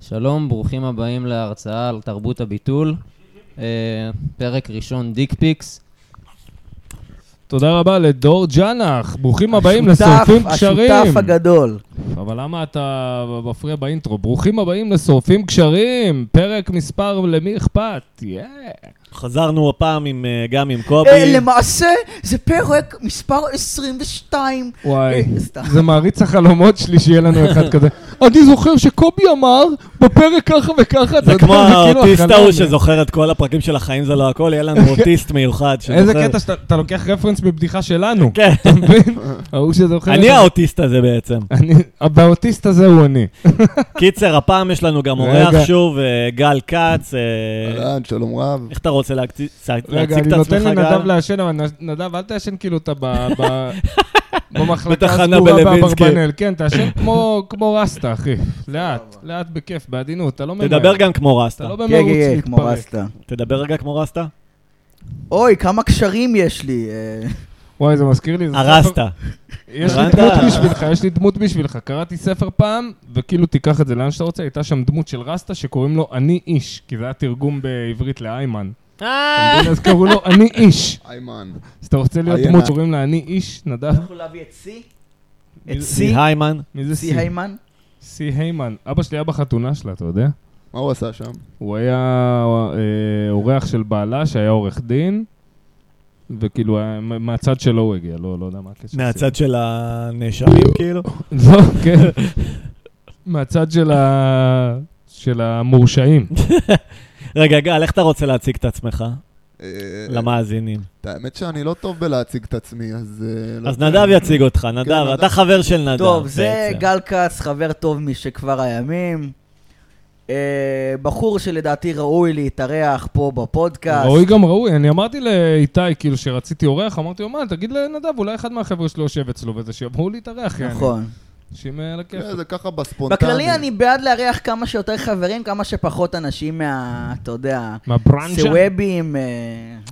שלום, ברוכים הבאים להרצאה על תרבות הביטול. אה, פרק ראשון, דיק פיקס. תודה רבה לדור ג'אנח, ברוכים הבאים השותף- לשורפים קשרים. השותף הגדול. אבל למה אתה מפריע באינטרו? ברוכים הבאים לשורפים קשרים, פרק מספר למי אכפת? יא. חזרנו הפעם עם, אה, גם עם קובי. אה, למעשה, זה פרק מספר 22. וואי, אה, סתם. זה מעריץ החלומות שלי שיהיה לנו אחד כזה. אני זוכר שקובי אמר בפרק ככה וככה, אתה זה יודע, כמו כאילו האוטיסט הכנה ההוא אליה. שזוכר את כל הפרקים של החיים זה לא הכל, יהיה לנו אוטיסט מיוחד שזוכר. איזה קטע שאתה אתה לוקח רפרנס מבדיחה שלנו, כן. אתה מבין? ההוא שזוכר... אני את ה- האוטיסט הזה בעצם. אני- והאוטיסט הזה הוא אני. קיצר, הפעם יש לנו גם רגע. אורח שוב, אה, גל כץ. אה, אהלן, שלום רב. איך אתה רוצה להקצי- להציג את עצמך, גל? רגע, אני נותן לנדב לעשן, אבל נ- נדב, אל תעשן כאילו אתה ב- ב- במחלקה בתחנה הסגורה בלוינסקי. באברבנל. כן, תעשן כמו כמו רסטה, אחי. לאט, לאט בכיף, בעדינות, אתה לא ממהר. תדבר גם כמו רסטה. אתה לא כן, במרוץ כן, כן, כמו להתפרק. רסטה. תדבר רגע כמו רסטה. אוי, כמה קשרים יש לי. אה, וואי, זה מזכיר אה, לי. זה ספר- הרסטה. יש לי הרסת. דמות בשבילך, יש לי דמות בשבילך. קראתי ספר פעם, וכאילו תיקח את זה לאן שאתה רוצה, הייתה שם דמות של רסטה שקוראים לו אני איש, כי זה היה תרגום בעברית לאיימן. אה! אתה מבין? אז קראו לו אני איש. איימן. אז אתה רוצה להיות איימן. דמות שקוראים לה אני איש, נדב? אנחנו לא להביא את סי? מי את זה- סי? היימן. מי זה סי סי? היימן? סי היימן. אבא שלי היה בחתונה שלה, אתה יודע? מה הוא עשה שם? הוא היה אה, אורח של בעלה שהיה עורך דין, וכאילו היה- מה- מהצד שלו הוא הגיע, לא לא יודע מה הקשר. מהצד של הנאשמים, כאילו. לא, כן. מהצד של ה... של המורשעים. רגע, גל, איך אתה רוצה להציג את עצמך? אה, למאזינים. את האמת שאני לא טוב בלהציג את עצמי, אז... אה, לא אז יודע. נדב יציג אותך, נדב, נדב. אתה חבר של נדב. כן, טוב, זה בעצם. גל כץ, חבר טוב משכבר הימים. אה, בחור שלדעתי ראוי להתארח פה בפודקאסט. ראוי גם ראוי. אני אמרתי לאיתי, כאילו, שרציתי אורח, אמרתי לו, מה, תגיד לנדב, אולי אחד מהחבר'ה שלו יושב אצלו וזה, שיבואו להתארח, יעני. נכון. שימ על הכיף. אה, זה ככה בספונטני. כן. בכללי אני בעד לארח כמה שיותר חברים, כמה שפחות אנשים מה... אתה יודע... מהברנז'ה? סוואבים. אה,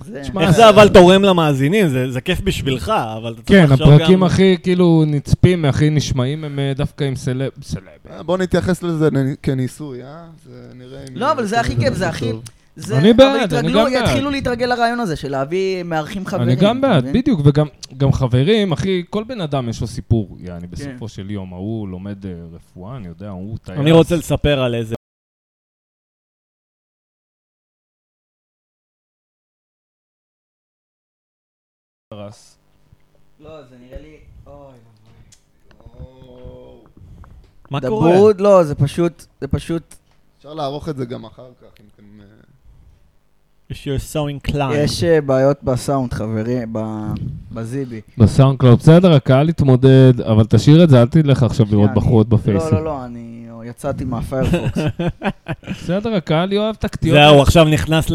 זה. תשמע, איך זה אבל תורם למאזינים? זה זה כיף בשבילך, אבל אתה צריך כן, לחשוב גם... הפרקים הכי, כאילו, נצפים, הכי נשמעים, הם אה, דווקא עם סלב... סלב. אה, בוא נתייחס לזה נ- כניסוי, אה? זה נראה אם... לא, אבל זה הכי כיף, זה הכי... טוב. זה- אני אבל בעד, אני יתרגלו- גם בעד. יתחילו להתרגל לרעיון הזה של להביא מארחים חברים. אני גם אתה בעד, מבין? בדיוק, וגם גם חברים, אחי, כל בן אדם יש לו סיפור, כן. יעני, בסופו של יום, ההוא לומד אה, רפואה, אני יודע, הוא טייס. אני רוצה לספר על איזה... לרס. לא, זה נראה לי... אוי. או, מה קורה? דברות, לא, זה פשוט, זה פשוט, אפשר לערוך את זה גם אחר כך, אם אתם... אה, If you're so inclined. יש אה, בעיות בסאונד, חברים, ב- בזיבי. בסאונד קלאוד, בסדר, הקהל יתמודד, אבל תשאיר את זה, אל תלך עכשיו לראות שנייה, בחורות אני- בפייסבוק. לא, לא, לא, אני יצאתי מהפיירפוקס. בסדר, הקהל יאהב תקטיות. זהו, עכשיו נכנס ל-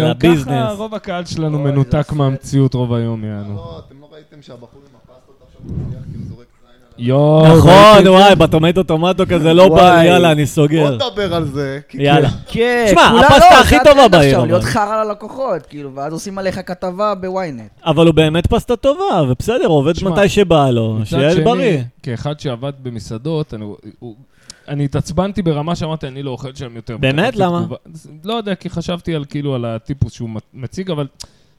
גם ככה לביזנס. רוב הקהל שלנו אוי, זה מנותק עושה- מהמציאות רוב היום, יענו. לא, אתם לא ראיתם שהבחור עם הפסטות עכשיו מצליח כי הוא זורק זין עליו? יואו, נכון, ראיתי- וואי, בטומטו טומטו כזה לא בא, וואי. יאללה, אני סוגר. בוא נדבר על זה. כי- יאללה. כן, תשמע, כולם- הפסטה לא, זה הכי הטרנד טובה עכשיו, בעיר, להיות אבל. חרא ללקוחות, כאילו, ואז עושים עליך כתבה בוויינט. אבל הוא באמת פסטה טובה, ובסדר, עובד תשמע, מתי שבא לו, מצד שיהיה שני, בריא. כאחד שעבד במסעדות, אני, הוא, אני התעצבנתי ברמה שאמרתי, אני לא אוכל שם יותר. באמת? ותקפתי למה? תגובה. אז לא יודע, כי חשבתי על כאילו על הטיפוס שהוא מת- מציג, אבל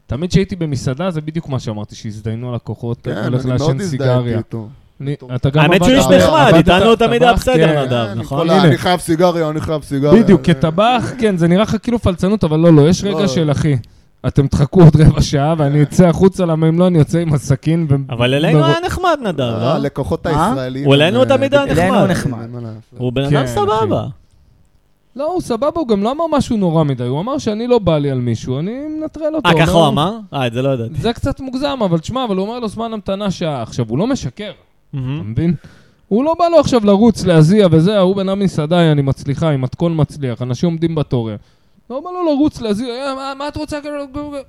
תמיד כשהייתי במסעדה, זה בדיוק מה שאמרתי, שהזדיינו לקוחות, כן, אני הולך אני מאוד לעשן הזדהיתי סיגריה. איתו. אני- איתו. אתה גם האמת שהוא עבדת- איש נחמד, עבדת איתנו טבח? תמיד היה בסדר, כן. נדב, כן, נכון? כל הנה. ה- אני חייב סיגריה, אני חייב סיגריה. בדיוק, זה- כטבח, כן, זה נראה לך כאילו פלצנות, אבל לא, לא, יש רגע לא. של אחי. אתם תחכו עוד רבע שעה ואני אצא החוצה, למה אם לא, אני יוצא עם הסכין ו... אבל אלינו מר- היה נחמד, נדב, אה, לא? הלקוחות אה? הישראלים. הוא אלינו אה, תמיד היה אלינו נחמד. נחמד. אין מה לעשות. הוא בן כן, אדם אחי. סבבה. לא, הוא סבבה, הוא גם לא אמר משהו נורא מדי, הוא אמר שאני לא בא לי על מישהו, אני מנטרל אותו. אה, אומר ככה הוא לו- אמר? אה, את זה לא ידעתי. זה קצת מוגזם, אבל תשמע, אבל הוא אומר לו זמן המתנה שעה. עכשיו, הוא לא משקר, אתה מהמם. מבין? הוא לא בא לו עכשיו לרוץ, להזיע וזה, ההוא בן המסעדה, אני מצליחה, עם מתכון מצליח, אנשים עומדים בתור. לא בא לו לרוץ, להזיע, "אה, מה, מה את רוצה?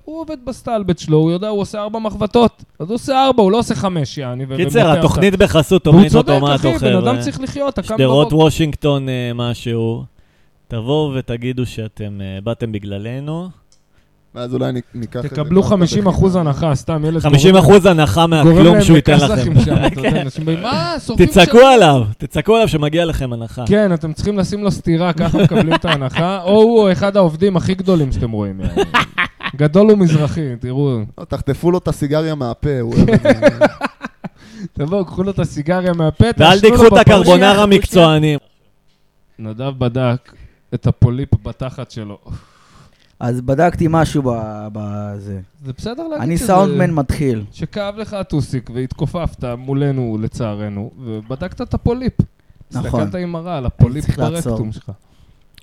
הוא עובד בסטלבט שלו, הוא יודע, הוא עושה ארבע מחבטות. אז הוא עושה ארבע, הוא לא עושה חמש, יעני. ו- קיצר, ומותח את- התוכנית בחסות והוא תוכנית צודק, אוטומטו, אחי, בן חבר'ה. אדם צריך לחיות, אתה קם אה, שדרות בבוקר. וושינגטון אה, משהו, תבואו ותגידו שאתם אה, באתם בגללנו, ואז אולי נ- ניקח... איזה תקבלו פסטה 50% בחינם. הנחה, סתם ילד... 50% הנחה מהכלום שהוא ייתן לכם. גורם להם לכסחים שם, אתה יודע, אנשים באים, מה, שורפים תצעקו עליו, תצעקו עליו שמגיע לכם הנחה. כן, אתם צריכים לשים לו סטירה, ככה מקבלים את ההנחה. או הוא אחד העובדים הכי גדולים שאתם רואים. יעני. גדול הוא מזרחי, תראו. לא, תחטפו לו את הסיגריה מהפה, הוא אוהב את זה. תבואו, קחו לו את הסיגריה מהפה, ואל תעשנו לו תיקחו את בפרצוף. הקרבונרה מקצוענים. נדב בדק את הפוליפ בתחת שלו. אז בדקתי משהו ב- בזה. זה בסדר להגיד אני שזה- סאונדמן מתחיל. שכאב לך הטוסיק והתכופפת מולנו, לצערנו, ובדקת את הפוליפ. נכון. הסתכלת עם מראה על הפוליפ צריך לעצור. ברקטום שלך.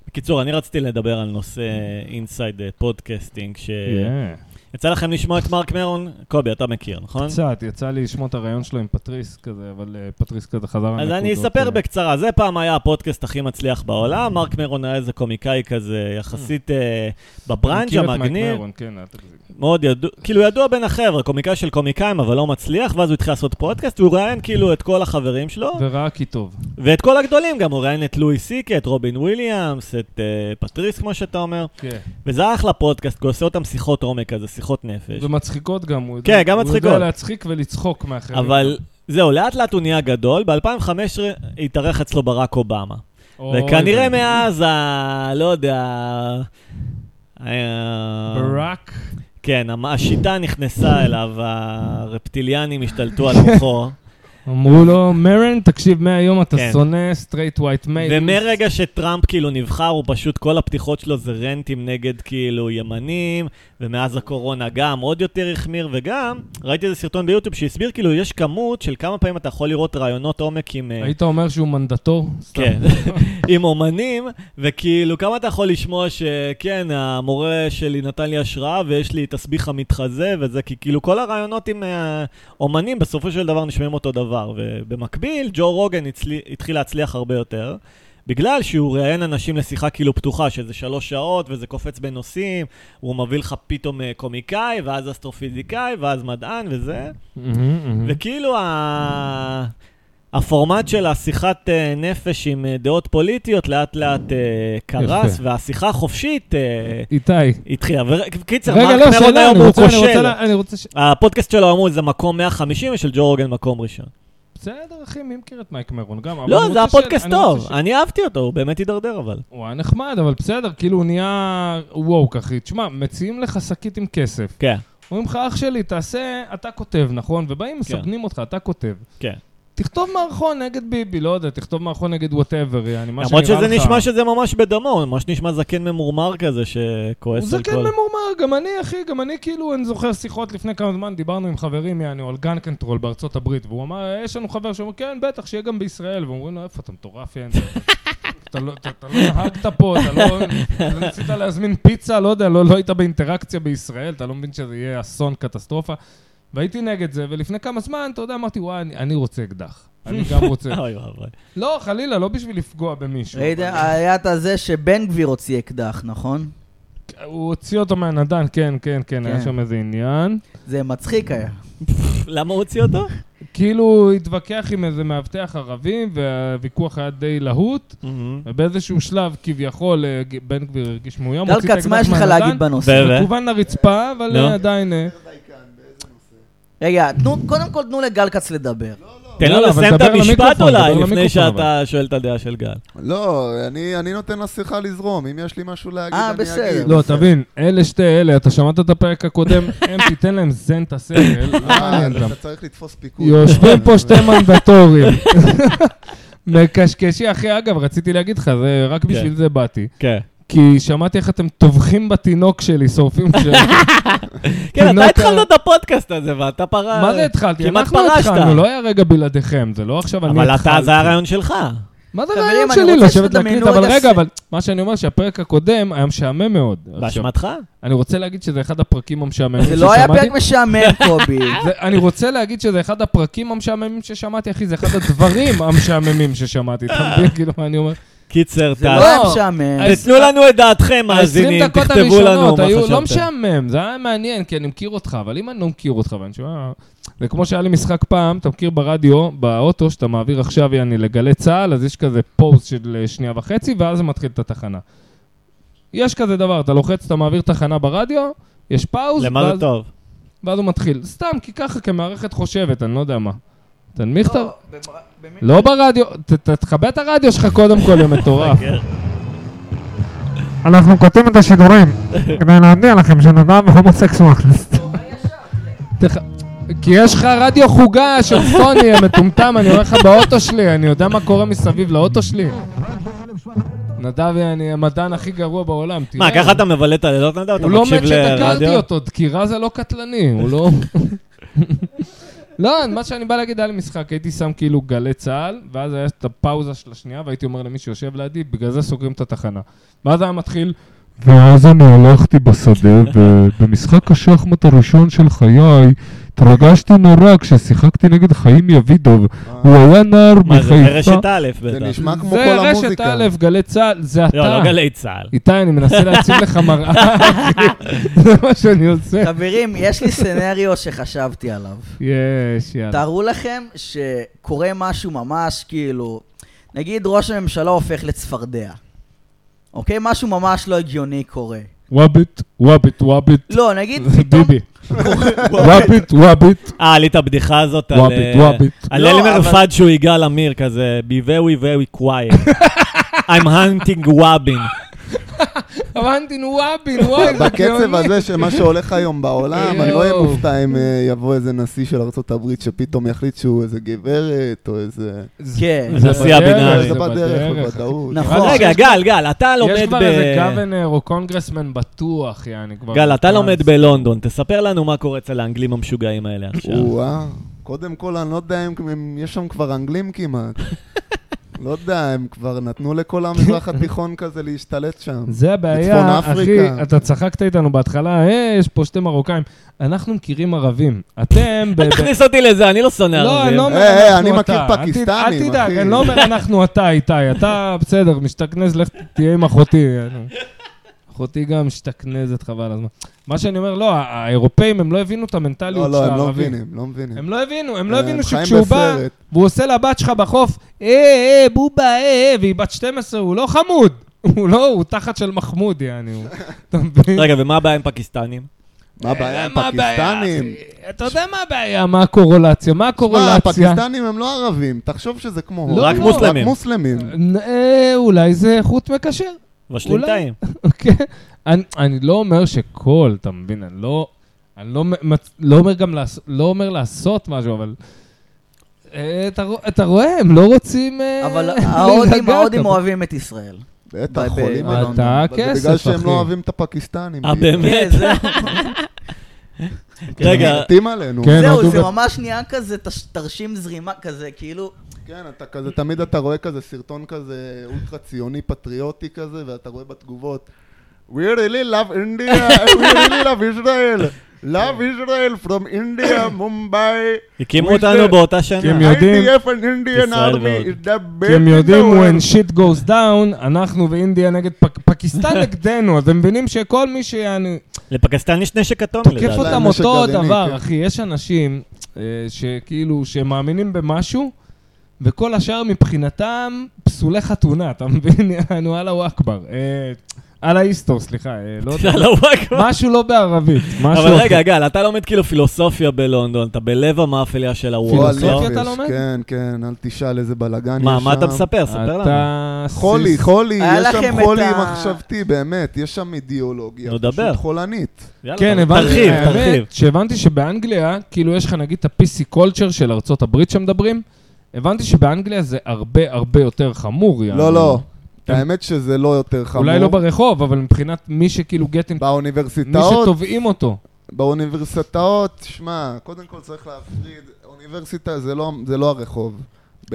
בקיצור, אני רציתי לדבר על נושא אינסייד פודקאסטינג, ש... Yeah. יצא לכם לשמוע את מרק מרון? קובי, אתה מכיר, נכון? קצת, יצא לי לשמוע את הרעיון שלו עם פטריס כזה, אבל אה, פטריס כזה חזר אז אני אה. אספר בקצרה, זה פעם היה הפודקאסט הכי מצליח בעולם, מרק מרון היה איזה קומיקאי כזה, יחסית אה, בברנג' המגניב, כן, אל תגזים. מאוד ידוע, כאילו ידוע בין החבר'ה, קומיקאי של קומיקאים, אבל לא מצליח, ואז הוא התחיל לעשות פודקאסט, והוא ראיין כאילו את כל החברים שלו, וראה כי טוב. ואת כל הגדולים גם, הוא ראיין את לואי סיקי, את רובין וויליאמס, את אה, פטריס, כמו שאתה אומר, כן. וזה היה אחלה פודקאסט, כי הוא עושה אותם שיחות עומק כזה, שיחות נפש. ומצחיקות גם, הוא יודע- כן, גם מצחיקות. הוא יודע להצחיק ולצחוק מאחרים. אבל זהו, לאט לאט הוא נהיה גדול, ב-2015 התארך אצלו ברק אובמה. אוי, וכנראה זה- מאז ה... לא יודע... ה- ברק, כן, המ- השיטה נכנסה אליו, הרפטיליאנים השתלטו על מוחו, אמרו לו, מרן, תקשיב, מהיום אתה כן. שונא סטרייט ווייט מייל. ומרגע שטראמפ כאילו נבחר, הוא פשוט, כל הפתיחות שלו זה רנטים נגד כאילו ימנים, ומאז הקורונה גם עוד יותר החמיר, וגם ראיתי איזה סרטון ביוטיוב שהסביר כאילו יש כמות של כמה פעמים אתה יכול לראות רעיונות עומק עם... אה, היית אומר שהוא מנדטור? סתם. כן, עם אומנים, וכאילו, כמה אתה יכול לשמוע שכן, המורה שלי נתן לי השראה ויש לי תסביך המתחזה וזה, כי כאילו כל הרעיונות עם אה, אומנים בסופו של דבר נשמעים אותו דבר. ובמקביל, ג'ו רוגן הצלי, התחיל להצליח הרבה יותר. בגלל שהוא ראיין אנשים לשיחה כאילו פתוחה, שזה שלוש שעות וזה קופץ בין נושאים, הוא מביא לך פתאום אה, קומיקאי, ואז אסטרופיזיקאי, ואז מדען וזה. מהמם, מהמם. וכאילו ה... הפורמט של השיחת אה, נפש עם אה, דעות פוליטיות לאט לאט אה, קרס, יפה. והשיחה החופשית אה, איתי. התחילה. וקיצר, רגע, לא, מרק שאלה, אני מרון היום הוא רוצה, אני רוצה, כושל. לה- אני רוצה ש... הפודקאסט שלו אמור זה מקום 150 ושל ג'ו רוגן מקום ראשון. בסדר, אחי, מי מכיר את מייק מרון גם? אבל לא, אני זה רוצה הפודקאסט שאלה, אני רוצה טוב, שאלה. אני אהבתי אותו, הוא באמת הידרדר אבל. הוא היה נחמד, אבל בסדר, כאילו הוא נהיה וואו, אחי. תשמע, מציעים לך שקית עם כסף. כן, אומרים לך, אח שלי, תעשה, אתה כותב, נכון? ובאים, מסבנים אותך, אתה כותב. כן. תכתוב מערכון נגד ביבי, לא יודע, תכתוב מערכון נגד וואטאבר, יעני, מה שנראה למרות לך. שזה נשמע שזה ממש בדמו, הוא ממש נשמע זקן ממורמר כזה הוא שכועס על זקן כל... ממורמר, גם אני, אחי, גם אני, כאילו, אני זוכר שיחות לפני כמה זמן, דיברנו עם חברים, יענו, על גן קנטרול בארצות הברית, והוא אמר, "אה, יש לנו חבר שאומר, כן, בטח, שיהיה גם בישראל, ואומרים לו, איפה אתה מטורף, יעני? אתה לא אתה- אתה לא נהגת פה, אתה לא... אתה ניסית להזמין פיצה, לא יודע, לא לא היית באינטראקציה בישראל, אתה לא מבין שזה יהיה אסון, קטסטרופה. והייתי נגד זה, ולפני כמה זמן, אתה יודע, אמרתי, וואי, אני- אני רוצה אקדח. אני גם רוצה. אוי ואבוי. לא, חלילה, לא בשביל לפגוע במישהו. ראית, היה את הזה שבן גביר הוציא אקדח, נכון? הוא הוציא אותו מהנדן, כן, כן, כן, היה כן. שם איזה עניין. זה מצחיק לא היה. למה הוא הוציא אותו? כאילו הוא התווכח עם איזה מאבטח ערבי, והוויכוח היה די להוט, ובאיזשהו שלב כביכול אה, ג- בן גביר הרגיש מאוים, דל כץ, מה יש לך להגיד בנושא? ו- ו- כוון לרצפה, אבל נו. אה, עדיין... אה, רגע, תנו, קודם כל תנו לגל כץ לדבר. תן לו יאללה, לא, אבל לסיים את דבר המשפט למיקרופון, אולי, דבר לפני למיקרופון, שאתה שואל את הדעה של גל. לא, אני אני נותן לשיחה לזרום, אם יש לי משהו להגיד, אה, אני אגיד. בסדר. לא, תבין, אלה שתי אלה, אתה שמעת את הפרק הקודם, הם תיתן להם זן את השכל, לא אה, מעניין אותם. אתה צריך לתפוס פיקוד. כן. יושבים פה שתי מנדטורים. מקשקשי, אחי, אגב, רציתי להגיד לך, זה- רק בשביל זה באתי. כן. כי שמעתי איך אתם טובחים בתינוק שלי, שורפים ש... כן, תינוק אתה ה- התחלת את הפאדקאסט הזה, ואתה פרש. אה, מה זה התחלתי? כמעט אנחנו פרשת. התחלנו, לא היה רגע בלעדיכם, זה לא עכשיו אני התחלתי. אבל אתה, זה היה הרעיון שלך. מה זה חברים, הרעיון אני שלי? רוצה לשבת שתדמיינו להקליט, אבל רגע רגע, ש- אבל מה שאני אומר, שהפרק הקודם היה משעמם מאוד. עכשיו, באשמתך? אני רוצה להגיד שזה אחד הפרקים המשעממים אה, זה ששמעתי. לא היה פרק משעמם, קובי. זה- אני רוצה להגיד שזה אחד הפרקים המשעממים ששמעתי, אחי, זה אחד הדברים המשעממים ששמעתי. אתה מבין כאילו מה אני אומר? קיצר, זה לא ת- היה משעמם. אז- תתנו לנו את דעתכם, מאזינים, תכתבו לנו מה היו לא חשבתם. משעמם, זה היה מעניין, כי אני מכיר אותך, אבל אם אני לא מכיר אותך, ואני שומע... זה כמו שהיה לי משחק פעם, אתה מכיר ברדיו, באוטו, שאתה מעביר עכשיו, יעני, לגלי צה"ל, אז יש כזה פוסט של אה, שנייה וחצי, ואז זה מתחיל את התחנה. יש כזה דבר, אתה לוחץ, אתה מעביר תחנה ברדיו, יש פאוז, למה ואז- זה טוב? ואז הוא מתחיל. סתם, כי ככה כמערכת חושבת, אני לא יודע מה. תנמיך את ה... לא, במ- במי- לא ברדיו, ת- ת- תכבה את הרדיו שלך קודם כל, יא מטורף. כן. אנחנו קוטעים את השידורים כדי להודיע לכם שנדב הומוסקסואליסט. תכ- כי יש לך רדיו חוגה של סוני המטומטם, אני אומר לך באוטו שלי, אני יודע מה קורה מסביב לאוטו שלי. נדב, אני המדען הכי גרוע בעולם, תראה. מה, ככה אתה מבלה את הלילות נדב? אתה כן. הוא לא מקשיב מת שתקרתי לרדיו? אותו, דקירה זה לא קטלני, הוא לא... לא, מה שאני בא להגיד, היה לי משחק, הייתי שם כאילו גלי צהל, ואז היה את הפאוזה של השנייה, והייתי אומר למי שיושב לידי, בגלל זה סוגרים את התחנה. ואז היה מתחיל, ואז אני הלכתי בשדה, ובמשחק השחמט הראשון של חיי, התרגשתי נורא כששיחקתי נגד חיים יבידוב. הוא היה נער מה זה, זה מחיפה. רשת א' זה בטח. נשמע כמו זה כל רשת המוזיקה. א', גלי צהל, זה לא, אתה. לא גלי צה"ל. איתי, אני מנסה להציב לך מראה, אחי. זה מה שאני עושה. אה. חברים, יש לי סנריו שחשבתי עליו. יש, יאללה. תארו לכם שקורה משהו ממש כאילו, נגיד ראש הממשלה הופך לצפרדע. אוקיי? משהו ממש לא הגיוני קורה. וואביט, וואביט, וואביט. לא, נגיד זה פתאום... ביבי. וואביט, וואביט. אה, עלית בדיחה הזאת על... וואביט, אה, וואביט. על לא, אלי אבל- מרפד שהוא יגאל עמיר כזה, be very very quiet. I'm hunting וואבין. אמנטין וואבין, וואי, זה בקצב גאוני. הזה של מה שהולך היום בעולם, אני לא אהיה יואו. מופתע אם אה, יבוא איזה נשיא של ארה"ב שפתאום יחליט שהוא איזה גברת, או איזה... כן. זה נשיא בדרך, הביניים. זה בדרך, בדרך. בוודאות. נכון. רגע, גל, גל, אתה יש לומד לא, כבר ב... איזה גוונר או קונגרסמן בטוח, יעני כבר. גל, אתה אז- לומד בלונדון, תספר לנו מה קורה אצל האנגלים המשוגעים האלה עכשיו. וואו, קודם כל, אני לא יודע אם אם יש שם כבר אנגלים כמעט. לא יודע, הם כבר נתנו לכל המזרח התיכון כזה להשתלט שם. זה בצפון הבעיה, אחי, אפריקה. אתה צחקת איתנו בהתחלה, "אה, יש פה שתי מרוקאים. אנחנו מכירים ערבים. אתם... ב- אל ב- תכניס אותי לזה, אני לא שונא לא, אני ערבים. לא אומר אה, אה, אנחנו אני אתה. מכיר אל ת- פקיסטנים, אל תדאג, אחי. אני לא אומר אנחנו אתה, איתי. אתה בסדר, משתכנז, לך תהיה עם אחותי. אני- אחותי גם משתכנזת, חבל הזמן. מה שאני אומר, לא, הא- האירופאים, הם לא הבינו את המנטליות לא, של לא, הם לא הערבים. מבינים, לא מבינים. הם לא הבינו, הם לא הם הבינו חיים שכשהוא בא, בסרט. והוא עושה לבת שלך בחוף, אה, אה, בובה, אה, אה, והיא בת 12, הוא לא חמוד. הוא לא, הוא תחת של מחמוד, יעני. הוא- אתה מבין? אה, רגע, ומה הבעיה עם פקיסטנים? מה הבעיה עם מה הבעיה, פקיסטנים? אחי? אתה יודע מה הבעיה, מה הקורולציה, מה מה, הקורולציה? הפקיסטנים הם לא ערבים, תחשוב שזה כמו... לא, הורים. רק מוסלמים. רק מוסלמים. אה, אולי זה חוט מקשר. מבשלים אולי. טעים. אוקיי? אני, אני לא אומר שכל, אתה מבין? אני לא, אני לא, מ- מצ- לא, אומר, גם לעס, לא אומר לעשות משהו, אבל... אה, אתה, רוא- אתה רואה, הם לא רוצים... אה, אבל להיגע, ההודים אתה- ההודים אוהבים את ישראל. בטח, ב- חולים ב- עלינו. אתה אבל זה הכסף, בגלל שהם אחי. לא אוהבים את הפקיסטנים. אה, באמת? כן, זה- רגע, מתים עלינו. כן. זהו, הודו זה ב- ממש נהיה כזה תש- תרשים זרימה כזה, כאילו... כן, אתה כזה, תמיד אתה רואה כזה סרטון כזה אולטרה ציוני פטריוטי כזה, ואתה רואה בתגובות We really love India, we really love Israel, love כן. Israel from India, Mumbai. הקימו We אותנו the- באותה שנה. הם יודעים- IDF and Indian ישראל army ועוד. is the best כי הם in יודעים, the world." when shit goes down, אנחנו ואינדיה נגד פק, פקיסטן נגדנו, אז הם מבינים שכל מי שיעני... לפקיסטן יש נשק אטומי תוקף לדעתי. אותה. אותם להם נשק אותו גרעיני, דבר, כן. אחי. יש אנשים אה, שכאילו, שמאמינים במשהו, וכל השאר מבחינתם פסולי חתונה, אתה מבין? יענו, אללה אכבר. אה, אללה איסטו, סליחה. אה, לא יודע. לא, וואי, כבר. משהו לא בערבית. משהו אבל רגע, אחר. גל, אתה לומד כאילו פילוסופיה בלונדון, אתה בלב המאפליה של הוולס, פילוסופיה לא? וואו, אתה נפש, לומד? כן, כן, אל תשאל איזה בלאגן יש שם. מה, מה אתה מספר? ספר לנו. אתה... חולי, סיס- חולי, היה יש לכם שם את חולי ה- מחשבתי, באמת, יש שם אידיאולוגיה. נו, דבר. פשוט חולנית. יאללה, כן, הבנתי, תרחיב, האמת, תרחיב. שהבנתי שבאנגליה, כאילו יש לך נגיד את ה-PC culture של ארצות הברית שמדברים, הבנתי שבאנגליה זה הרבה הרבה יותר חמור. יענו. לא, לא. כן. האמת שזה לא יותר חמור. אולי לא ברחוב, אבל מבחינת מי שכאילו גטים, מי באוניברסיטאות, שתובעים אותו. באוניברסיטאות, שמע, קודם כל צריך להפריד, אוניברסיטה זה לא, זה לא הרחוב.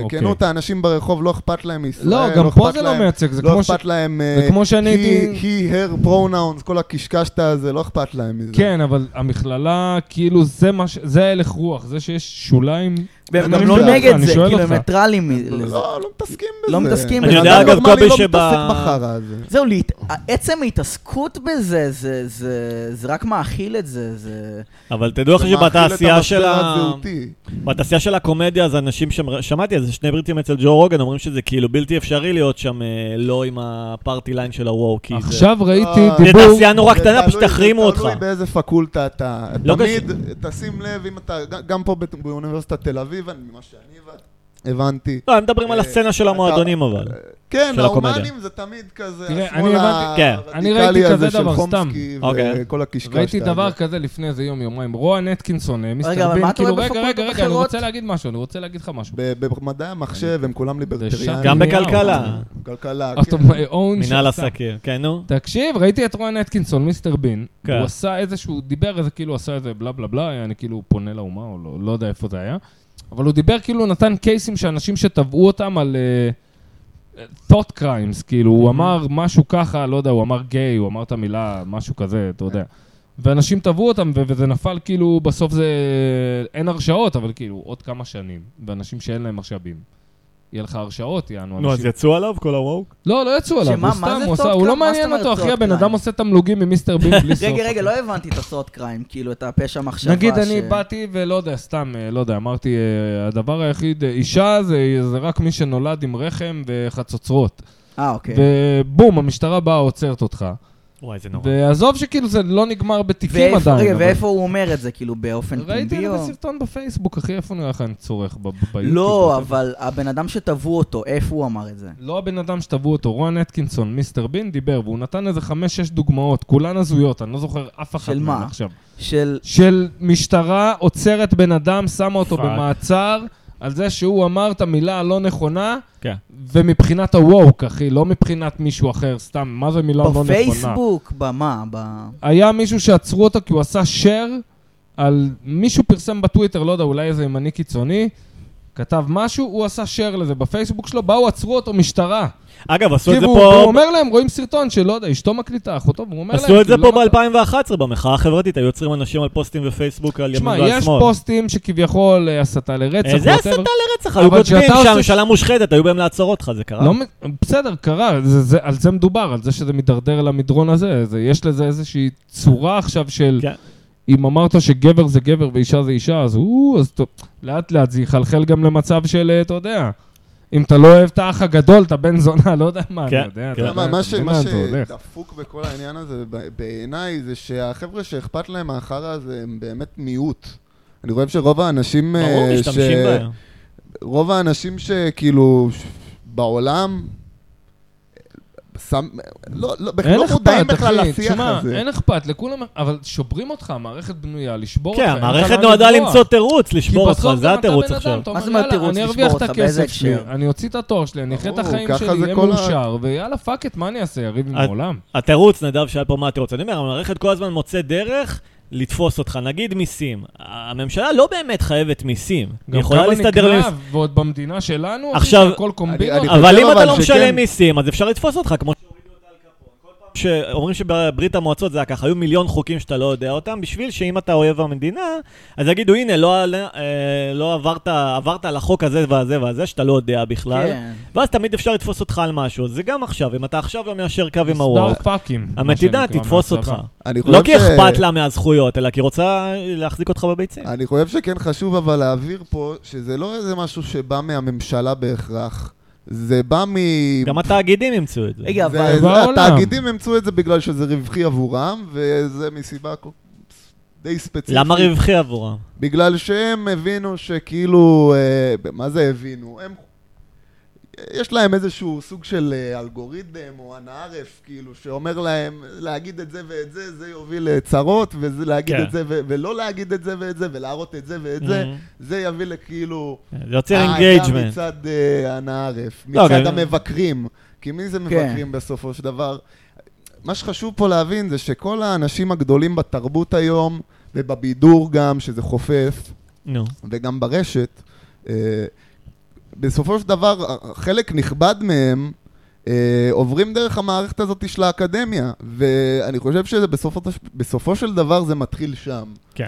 אוקיי. בכנות, האנשים ברחוב לא אכפת להם מישראל, לא, גם פה אכפת זה לא להם- מייצג, זה לא כמו ש... אכפת להם... זה כמו שאני הייתי- היא, her, pronouns, כל הקשקשת הזה, לא אכפת להם מזה. כן, אבל המכללה, כאילו, זה מה ש... זה הלך רוח, זה שיש שוליים... והם אני גם מבין לא אותך, נגד אני זה, שואל כאילו אותך. הם ניטרלים מ- לזה. לא, לא מתעסקים בזה. לא מתעסקים בן בזה. אני יודע, אדם אגב, נורמלי קובי, לא שב- מתעסק בחרא הזה. זהו, להת- עצם ההתעסקות בזה, זה- זה- זה רק מאכיל את זה, זה... אבל תדעו לך זה מאכיל את לא שבתעשייה של המשבר ה... הזהותי. בתעשייה של הקומדיה, אז אנשים שם, שמעתי על זה, שני בריטים אצל ג'ו רוגן, אומרים שזה כאילו בלתי אפשרי להיות שם אה, לא עם הפארטי ליין של הוואו, כי זה... עכשיו ראיתי אה, זה דיבור... תעשייה נורא זה קטנה, תלוי- פשוט תחרימו אותך. זה תלוי באיזה פקולטה אתה. לא תמיד, תשים לב, אם אתה, גם פה בת- באוניברסיטת תל אביב, אני- ממה שאני הבנ- הבנתי. לא, הם מדברים על אה, הסצנה של אתה- המועדונים, אבל. כן, של הקומדיה. האומנים זה תמיד כזה, תראה, השמאל אני הבנתי- כן. אני ראיתי הרדיקלי הזה כזה של דבר, סתם. חומסקי אוקיי. וכל הקשקש. ראיתי הזה. דבר כזה לפני איזה יום, יומיים. רואה נטקינסון, אה, רגע, אבל מסתרבים, מה אתה כאילו, רואה רגע, בפקולטות רגע, רגע, אני אחרות? רוצה להגיד משהו, אני רוצה להגיד לך משהו. ב- במדעי המחשב הם כולם ליברטריאנים. גם וואו. אה, בכלכלה, כלכלה, Out כן. of my own מנהל shit. עסקים. כן, נו. תקשיב, ראיתי את רויין אתקינסון, מיסטר בין, כן. הוא עשה איזשהו, דיבר איזה, כאילו עשה איזה בלה בלה בלה, היה אני כאילו פונה לאומה, או לא, לא יודע איפה זה היה, אבל הוא דיבר כאילו, נתן קייסים שאנשים שתבעו אותם על אה, thought crimes, כאילו, Mhm. הוא אמר משהו ככה, לא יודע, הוא אמר גיי, הוא אמר את המילה, משהו כזה, אתה יודע. ואנשים תבעו אותם, ו- וזה נפל כאילו, בסוף זה... אין הרשעות, אבל כאילו, עוד כמה שנים, ואנשים שאין להם משאבים. יהיה לך הרשעות, יענו. אה, נו, אנשים- אז יצאו עליו כל הוואו? לא, לא יצאו עליו, שמה, הוא מה סתם, זה הוא עשה, סוד הוא לא קריים? מה זאת מעניין אומרת אותו, אחי, סוד הבן קריים? אדם עושה תמלוגים ממיסטר בין בלי סוף. רגע, רגע, לא הבנתי את הסוד קריים, כאילו, את הפשע המחשבה נגיד ש- אני באתי ולא יודע, סתם, אה, לא יודע, אמרתי, אה, הדבר היחיד, אה, אישה זה זה רק מי שנולד עם רחם וחצוצרות. אה, אוקיי. ובום, המשטרה באה, עוצרת אותך. וואי, זה נורא. ועזוב שכאילו זה לא נגמר בתיקים ואיפה- עדיין. רגע, אבל- ואיפה הוא אומר את זה, כאילו, באופן ראיתי פומבי את זה או... בסרטון בפייסבוק, אחי, איפה נראה לך אין צורך? ב- ביוטיוב, לא, whatever. אבל הבן אדם שטבעו אותו, איפה הוא אמר את זה? לא הבן אדם שטבעו אותו, רון אתקינסון, מיסטר בין, דיבר, והוא נתן איזה חמש-שש דוגמאות, כולן הזויות, אני לא זוכר אף אחת של מהן מה? עכשיו. של... של משטרה עוצרת בן אדם, שמה אותו פאק. במעצר, על זה שהוא אמר את המילה הלא נכונה, כן. ומבחינת הווק, אחי, לא מבחינת מישהו אחר, סתם, מה זה מילה לא נכונה? בפייסבוק, במה? ב... היה מישהו שעצרו אותו כי הוא עשה share על... מישהו פרסם בטוויטר, לא יודע, אולי איזה ימני קיצוני, כתב משהו, הוא עשה share לזה בפייסבוק שלו, באו, עצרו אותו, משטרה. אגב, עשו את כי זה הוא הוא פה... אומר להם, רואים סרטון שלא יודע, אשתו מקליטה, אחותו, והוא אומר להם... עשו את זה כאילו, פה למה- ב-2011 במחאה החברתית, היו יוצרים אנשים על פוסטים בפייסבוק על ימין שמע, ועל שמאל. יש פוסטים שכביכול אה, הסתה לרצח. איזה whatever. הסתה לרצח, היו אבל כותבים כשאתה עושה שהממשלה מושחתת, היו באים לעצור אותך, זה קרה. לא, מ- בסדר, קרה, זה, זה, על זה מדובר, על זה שזה מידרדר למדרון הזה. זה, יש לזה איזושהי צורה עכשיו של... כן. אם אמרת שגבר זה גבר ואישה זה אישה, אז הוא, אז טוב, לאט לאט זה יחלחל גם למצב של, אה, אתה יודע, אם אתה לא אוהב את האח הגדול, אתה בן זונה, לא יודע מה, כן, אני יודע, אתה כן. יודע, אתה יודע, אתה מה ש- מבין מה לאן זה הולך. שדפוק בכל העניין הזה ב- בעיניי זה שהחבר'ה שאכפת להם מהחרא הזה הם באמת מיעוט. אני חושב שרוב האנשים... אה, ברור, משתמשים ש- בהם. רוב האנשים שכאילו ש- בעולם... שם, לא, לא, בכלל אין לא מודעים אכפת, בכלל אחי, לשיח תשמע, הזה. אין לא אכפת, לכולם, אבל שוברים אותך, המערכת בנויה לשבור אותך. כן, אין לך המערכת לאן נועדה לברוח. למצוא תירוץ, כי לשבור אותך, בסוף זה גם אתה התירוץ בן אדם, עכשיו. אתה מה אומר, זה אומר "יאללה, תירוץ? אני לשבור ארוויח את אותך, באיזה הכסף שלי, הקשר?" אני אוציא את התואר שלי, אני אחיה את ברור, החיים ככה שלי, זה אהיה כל ה- מאושר, ויאללה, פאק את, מה אני אעשה, אריב עם את- העולם? התירוץ, נדב שאל פה מה התירוץ. אני אומר, המערכת כל הזמן מוצאת דרך לתפוס אותך. נגיד מיסים. הממשלה לא באמת חייבת מיסים. היא גם יכולה כמה להסתדר עם... נקרא, ועוד במדינה שלנו, אחי, עכשיו- שהכל קומבינות. אני אבל חושב אם אתה אבל לא שכן. משלם מיסים, אז אפשר לתפוס אותך, כמו שהורידו את אל קפון. כל פעם שאומרים שברית המועצות זה היה ככה, היו מיליון חוקים שאתה לא יודע אותם, בשביל שאם אתה אויב המדינה, אז יגידו, הנה, לא, על- אה, לא עברת, עברת על החוק הזה והזה והזה, שאתה לא יודע בכלל. כן. ואז תמיד אפשר לתפוס אותך על משהו. זה גם עכשיו, אם אתה עכשיו לא מיישר קו עם סטאר הוואו, פאקים. מה המדינה שנקרא, תתפוס מהצבא. אותך. אני חושב לא כי ש- אכפת לה מהזכויות, אלא כי היא רוצה להחזיק אותך בביצים. אני חושב שכן חשוב אבל להבהיר פה שזה לא איזה משהו שבא מהממשלה בהכרח. זה בא מ... גם התאגידים ימצאו את זה. רגע, זה- אבל... זה- בעולם. התאגידים המצאו את זה בגלל שזה רווחי עבורם, וזה מסיבה כל- די ספציפית. למה רווחי עבורם? בגלל שהם הבינו שכאילו, אה, מה זה הבינו? הם... יש להם איזשהו סוג של אה, אלגוריתם או אנערף, כאילו, שאומר להם להגיד את זה ואת זה, זה יוביל לצרות, ולהגיד כן. את זה ו- ולא להגיד את זה ואת זה, ולהראות את זה ואת זה, זה יביא לכאילו... זה יוצר אה, אהדה אינגייג'מנט. מצד אה, הנערף, לא, מצד גם- כן. המבקרים. כי מי זה מבקרים בסופו של דבר? מה שחשוב פה להבין זה שכל האנשים הגדולים בתרבות היום, ובבידור גם, שזה חופף, נו. וגם ברשת, אה, בסופו של דבר, חלק נכבד מהם אה, עוברים דרך המערכת הזאת של האקדמיה, ואני חושב שבסופו של דבר זה מתחיל שם. כן.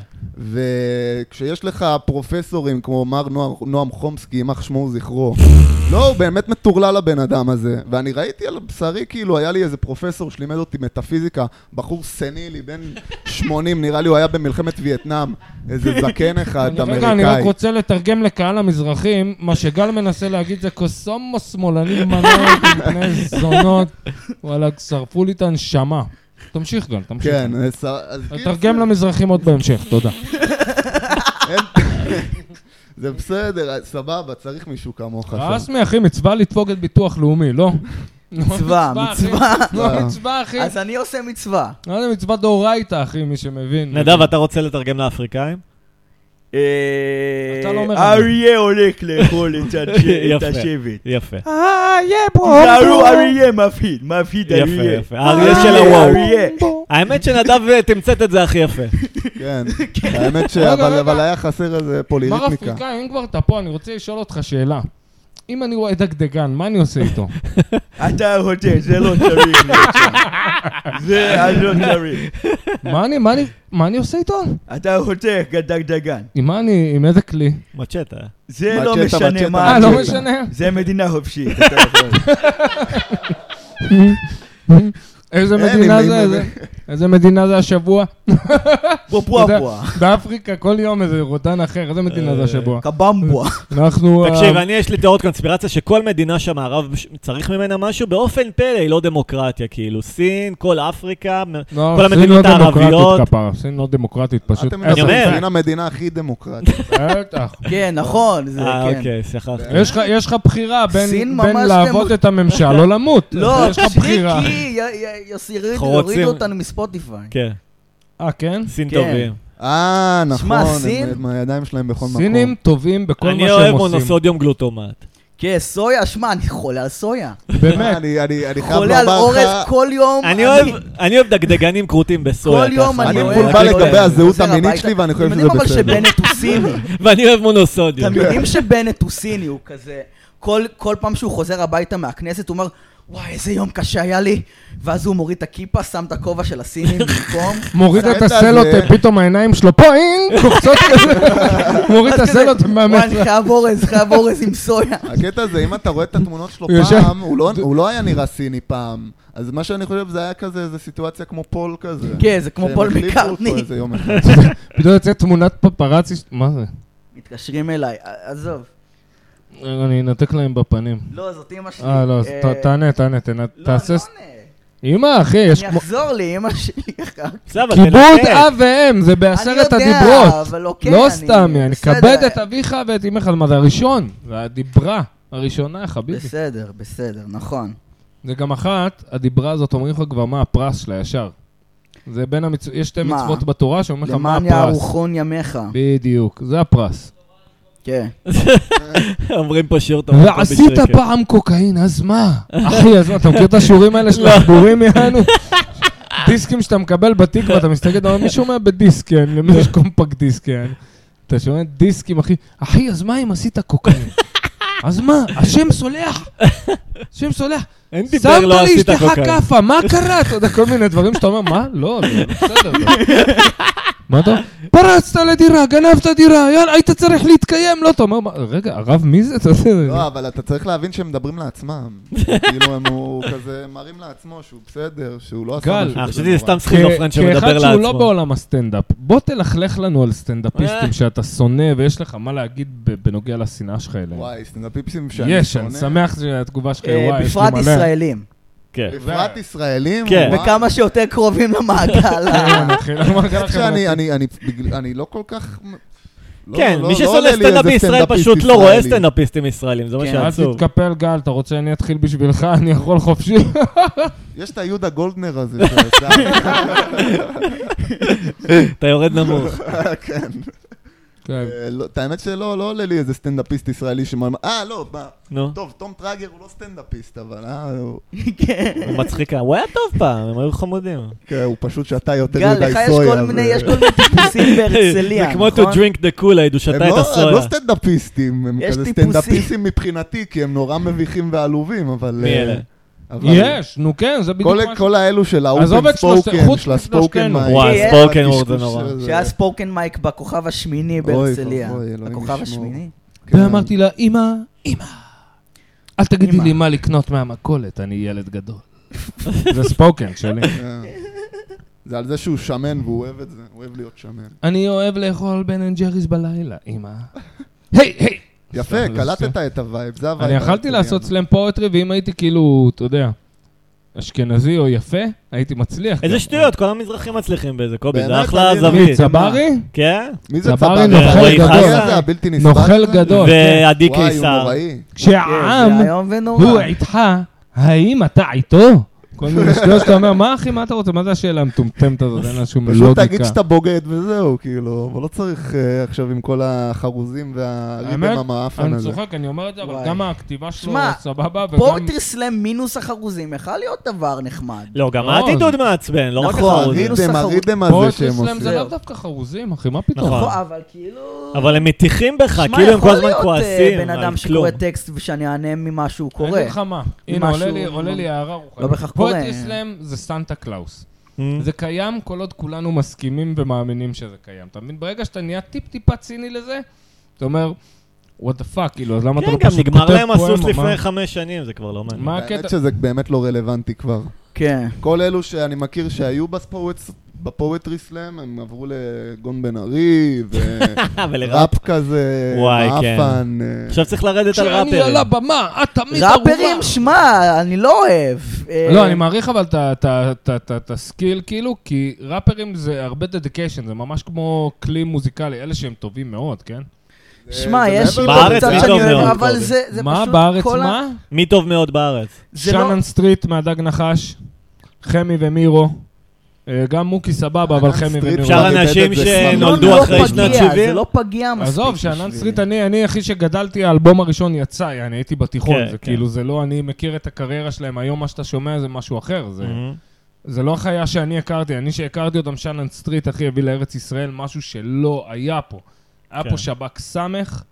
וכשיש לך פרופסורים כמו מר נועם, נועם חומסקי, יימח שמו וזכרו, לא, הוא באמת מטורלל הבן אדם הזה. ואני ראיתי על בשרי, כאילו, היה לי איזה פרופסור שלימד אותי מטאפיזיקה, בחור סנילי, בן 80, נראה לי הוא היה במלחמת וייטנאם, איזה זקן אחד, אני- רגע, אני רק אמריקאי. רוצה לתרגם לקהל המזרחים, מה שגל מנסה להגיד זה קוסומו שמאלנים מנות, מפני זונות, וואלכ, שרפו לי את הנשמה. תמשיך גל, תמשיך. כן, אז שר- אז כאילו, תרגם למזרחים עוד בהמשך, תודה. זה בסדר, אז סבבה, צריך מישהו כמוך שם. רסמי, אחי, מצווה לדפוק את ביטוח לאומי, לא? מצווה, אחי. מצווה. לא, מצווה, אחי. אז אני עושה מצווה. לא יודע, מצווה דאורייתא, אחי, מי שמבין. נדב, אתה רוצה לתרגם לאפריקאים? אתה לא אומר אה, אריה הולך לאכול את ה- את יפה. השבט. יפה. אה, יהיה פה. זהו אריה מפחיד, מפחיד יפה, אריה. אה, יפה. האריה של הוואו. אריה. האמת שנדב אה, תמצת את זה הכי יפה. כן, האמת ש... רגע, אבל רגע. אבל היה חסר איזה מר פוליריתמיקה. אפריקאי, אם כבר אתה פה, אני רוצה לשאול אותך שאלה. אם אני רואה דגדגן, מה אני עושה איתו? אתה רוצה, זה לא צריך להיות שם. זה אז לא צריך. מה אני, מה אני, מה אני עושה איתו? אתה רוצה גדגדגן. עם מה אני, עם איזה כלי? מצ'טה. זה מצ'טה, לא משנה מצ'טה, מה. אה, לא מצ'טה. משנה. זה מדינה חופשית. אתה לא יכול. איזה אין, מדינה אם- זה, אם- איזה- איזה מדינה זה השבוע? פופואה אתה יודע, פואה. באפריקה כל יום איזה רודן אחר, איזה מדינה זה השבוע? קבמבואה. אנחנו... תקשיב, אה, אני יש לי תיאוריות קונספירציה שכל מדינה שהמערב ש- צריך ממנה משהו, באופן פלא היא לא דמוקרטיה, כאילו. סין, כל אפריקה, מ- לא, כל סין המדינות לא דמוקרטית, הערביות. כפרה, סין לא דמוקרטית, פשוט... אתם אני מדברים, אומר. סין המדינה הכי דמוקרטית. בטח. כן, נכון, זה אה, כן. אוקיי, שכחתי. יש לך- יש לך בחירה בין- סין בין ממש לעבוד דמוק- את הממשל או למות. לא, יש לך בחירה. תשריקי, י- י- יוסיריד, אנחנו רוצים- הורידו אותנו מספוטיפיי. כן, אה, כן? סין כן. טובים. אה, נכון, שמע, סין- הם- הם- הידיים שלהם בכל מקום. סינים טובים בכל מה אני שהם אוהב עושים. מונוסודיום גלוטומט. כן, סויה, שמע, אני חולה על סויה. באמת. אני, אני, אני חייב חולה על לומר אורז לך, כל יום. אני אוהב- אני אוהב דגדגנים כרוטים בסויה. כל יום ככה. אני אני אוהב... מבולבל אני לגבי אוהב. הזהות חוזר המינית הביתה. שלי, ואני חושב אתם שזה יודעים בסדר. אבל שבנט הוא סיני. ואני אוהב אתם מונוסודיום. יודעים שבנט הוא סיני, הוא כזה... כל, כל פעם שהוא חוזר הביתה מהכנסת, הוא אומר, וואי, איזה יום קשה היה לי. ואז הוא מוריד את הכיפה, שם את הכובע של הסינים במקום. מוריד את הקטע הזה- הסלוטה, פתאום העיניים שלו פה, אין, קופצות כזה. מוריד את ואז כזה, הסלוטה וואי, אני מהמצח. חייב אורז, חייב אורז עם סויה. הקטע הזה, אם אתה רואה את התמונות שלו הוא יושב- פעם, הוא לא- הוא לא היה נראה סיני פעם. אז מה שאני חושב, זה היה כזה, איזו סיטואציה כמו פול כזה. כן, זה כמו שהם פול החליפו מקארטני. אותו איזה יום אחד. פתאום יוצאת תמונת פפרצי, ש- מה זה? מתקשרים אליי, ע- עזוב. אני אנתק להם בפנים. לא, זאת אימא שלי. אה, לא, אז ת- אה, תענה, תענה, תענה, לא, תעשה... אני ס- לא עונה. אמא, אחי, יש אני כמו... אחזור לאמא שלי אחר כך. בסדר, אבל כיבוד תלמד. אב ואם, זה בעשרת הדיברות. אבל אוקיי, לא אני- סתם, יעני, בסדר, כבד את אביך ואת אמך, מה זה הראשון? זה הדיברה הראשונה, חביבי. בסדר, בסדר, נכון. זה גם אחת, הדיברה הזאת אומרים לך כבר מה הפרס שלה ישר. זה בין המצוות, יש שתי מה? מצוות בתורה שאומרים לך מה למען הפרס. יערוכון ימיך. בדיוק, זה הפרס. כן. אומרים פה שיר טוב. טוב ועשית בשקט. פעם קוקאין, אז מה? אחי, אז מה, אתה מכיר את השיעורים האלה לא. של הבורים יענו? דיסקים שאתה מקבל בתיק ואתה מסתכל, אתה אומר, מי שומע בדיסק, כן? למי יש קומפקט דיסק, כן? אתה שומע דיסקים, אחי, אחי, אז מה אם עשית קוקאין? אז מה, השם סולח, השם סולח. אין דיבר לא עשית שמת לאשתך קוקאין. כאפה, מה קרה? אתה יודע, כל מיני דברים שאתה אומר, מה? לא, זה בסדר. זה- מה אתה אומר? פרצת לדירה, גנבת דירה, יאללה, היית צריך להתקיים, לא, אתה אומר, "מה, רגע, הרב מי זה? אתה יודע, לא, אבל אתה צריך להבין שהם מדברים לעצמם. כאילו, הם הוא כזה מרים לעצמו שהוא בסדר, שהוא לא עשה גל. משהו כזה אה, חשבתי נורא. שזה סתם סכיזופרן כ- שמדבר כאחד לעצמו. שהוא לא בעולם הסטנדאפ, בוא תלכלך לנו על סטנדאפיסטים שאתה שונא ויש לך מה להגיד ב- בנוגע לשנאה שלך אליהם. וואי, סטנדאפיפסים שאני יש, אני שונא. שמח שהתגובה שלך, אה, וואי, יש לי בפרט מלא. ישראלים. כן. בפרט ישראלים, כן. וואי. וכמה שיותר קרובים למעגל. ה- כן, אחי, למה אני ככה? חושב שאני אני- אני- בגלל- אני לא כל כך... לא- כן, לא- מי לא ששונא עולה לי סטנדאפ איזה בישראל סטנדאפיסט פשוט לא רואה ישראלי. סטנדאפיסטים ישראלים, זה מה כן, אל שעצוב. תתקפל, גל, אתה רוצה שאני אתחיל בשבילך? אני יכול חופשי. יש את היהודה גולדנר הזה שעשה... אתה יורד נמוך. כן. כן. אה, לא- את האמת שלא, לא עולה לי איזה סטנדאפיסט ישראלי שמאמין... אה, לא, מה? נו, טוב, תום טראגר הוא לא סטנדאפיסט, אבל אה, הוא- כן. הוא מצחיקה. הוא היה טוב פעם, הם היו חמודים. כן, הוא פשוט שתה יותר גל, לך מדי יש סויה. כל ו- מיני, יש כל מיני טיפוסים בהרצליה, זה כמו נכון? to drink the cool-aid, הוא שתה הם את לא- הם הסויה. לא סטנדאפיסטים, הם יש כזה טיפוסים. סטנדאפיסטים מבחינתי, כי הם נורא מביכים ועלובים, אבל... מי אה, אלה? אבל יש, נו כן, זה בדיוק כל- מה ש... כל האלו של עזוב האופן את שלושת- ספוקן, חוץ של הספוקן משלושתנו. מייק. וואי, כן, הספוקן הקשקוש וורד זה נורא. של זה. שהיה ספוקן מייק בכוכב השמיני בהרצליה. ואבוי, אלוהים בכוכב ישמור. השמיני. כן. ואמרתי לה, אמא, אמא, אל תגידי אמא. לי מה לקנות מהמכולת, אני ילד גדול. זה ספוקן שלי. כן. זה על זה שהוא שמן והוא אוהב את זה, הוא אוהב להיות שמן. אני אוהב לאכול בן אנד ג'ריס בלילה, אמא. היי, היי! יפה, קלטת את הווייב, זה הווייב. אני יכלתי הרצליאני. לעשות סלאם פואטרי, ואם הייתי כאילו, אתה יודע, אשכנזי או יפה, הייתי מצליח. איזה גם. שטויות, כל המזרחים מצליחים בזה, קובי, אה. באמת, זה אחלה אני- מי, זווית. צברי? כן? מי זה צברי צברי? נוכל רועי גדול. חסן זה הבלתי נסבל. נוכל הזה? גדול. כן. ועדי וואי, הוא קיסר. נוראי. כן, כשהעם זה איום ונורא. הוא איתך, האם אתה איתו? כל מיני שטויות שאתה אומר, מה אחי, מה אתה רוצה? מה זה השאלה המטומטמת הזאת? אין לה שום פשוט לוגיקה. תגיד שאתה בוגד וזהו, כאילו, אבל לא צריך אה, עכשיו עם כל החרוזים והריבם האמת, המאפן אני הזה. צוחק, אני אומר את זה, אבל וואי. גם הכתיבה שלו שמע, סבבה, וגם... פורטר סלאם מינוס החרוזים, יכל להיות דבר נחמד. לא, גם נכון. העתידוד מעצבן, לא רק נכון, החרוזים. מינוס הרידם, החרוז. הרידם הזה פורטר שהם סלאם עושים. זה לא- עושים. לאו דווקא חרוזים, אחי, מה פתאום? נכון. נכון, אבל כאילו... אבל הם מטיחים בך, שמע, כאילו הם כל יכול הזמן להיות אה, כועסים. בן על אדם כלום. שקורא טקסט ושאני אענה ממה שהוא אני קורא. אגיד לך מה, הנה משהו- עולה לי- עולה לי הערה רוחנית. לא בהכרח קורה. פורטר סלאם זה סנטה קלאוס. אמ, זה קיים כל עוד כולנו מסכימים ומאמינים שזה קיים. אתה מבין? ברגע שאתה נהיה טיפ-טיפה ציני לזה, אתה אומר, what the fuck, כאילו, אז למה אתה כן, לא גם פשוט נגמר כותב להם הסוס פואמה, מה- לפני חמש שנים, זה כבר לא מעניין. מה האמת הקטע? שזה באמת לא רלוונטי כבר. כן. כל אלו שאני מכיר שהיו בספואט- בפואטרי סלאם, הם עברו לגון בן ארי, ולראפ. וראפ כזה, וואי, כן. מאפן. אה, אה, עכשיו צריך לרדת על כשאני על ראפרים. הבמה, את תמיד ערומה. ראפרים, שמע, אני לא אוהב. אה, לא, אני מעריך אבל את ה- את ה- את ה- את ה- את הסקיל, כאילו, כי ראפרים זה הרבה דדיקיישן, זה ממש כמו כלי מוזיקלי, אלה שהם טובים מאוד, כן? שמע, אה, זה יש מעבר לי בארץ קצת זה שאני טוב מאוד, אוהב, אבל קובי. זה זה פשוט... מה בארץ, כל ה- מה? מי טוב מאוד בארץ? זה לא... שנן סטריט מהדג נחש, חמי ומירו, אה, גם מוקי סבבה, אבל חמי שנן סטריט ומירו. אפשר כבר איבד אנשים את זה, אה, סמי. שנולדו לא אחרי פגיע, שנת זה 70? לא פגיע מספיק. עזוב, שאנן בשבילי. סטריט, אני, אני אחי שגדלתי, האלבום הראשון יצא, אני הייתי בתיכון, כן, זה כן. כאילו, זה לא, אני מכיר את הקריירה שלהם, היום מה שאתה שומע זה משהו אחר, זה, אמ, זה לא החיה שאני הכרתי, אני שהכרתי אותם, שאנן סטריט, אחי, הביא לארץ ישראל משהו שלא היה פה. היה כן. פה שב"כ סמך,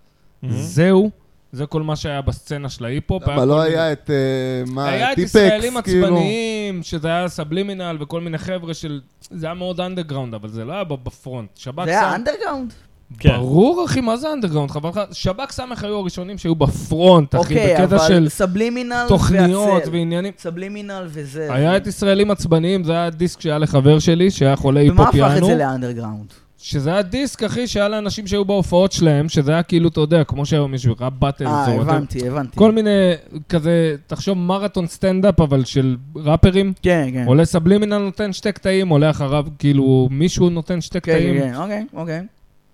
אמ. זהו, זה כל מה שהיה בסצנה של ההיפ-הופ. אבל כל לא מיני- היה את, אה, מה, היה את טיפקס, ישראלים כאילו. עצבניים, שזה היה סבלימינל וכל מיני חבר'ה של... זה היה מאוד אנדרגראונד, אבל זה לא היה ב- בפרונט. שב"כ זה היה סמך- אנדרגראונד. כן. ברור, אחי, מה זה אנדרגראונד? חבל לך. שב"כ סמך היו הראשונים שהיו בפרונט, אחי, אוקיי, בקטע של אבל סבלימינל תוכניות והצל. ועניינים. סבלימינל וזה. היה את ישראלים עצבניים, זה היה דיסק שהיה לחבר שלי, שהיה חולה ומה הפך את היפופיאנו. אה, זה לאנדרגראונד? שזה היה דיסק, אחי, שהיה לאנשים שהיו בהופעות שלהם, שזה היה כאילו, אתה יודע, כמו שהיום יש ראפ באטל, אה, זה whatever. הבנתי, הבנתי. כל מיני, כזה, תחשוב, מרתון סטנדאפ, אבל של ראפרים. כן, כן. עולה סבלימינל נותן שתי קטעים, עולה אחריו, כאילו, מישהו נותן שתי כן, קטעים. כן, כן, אוקיי, אוקיי.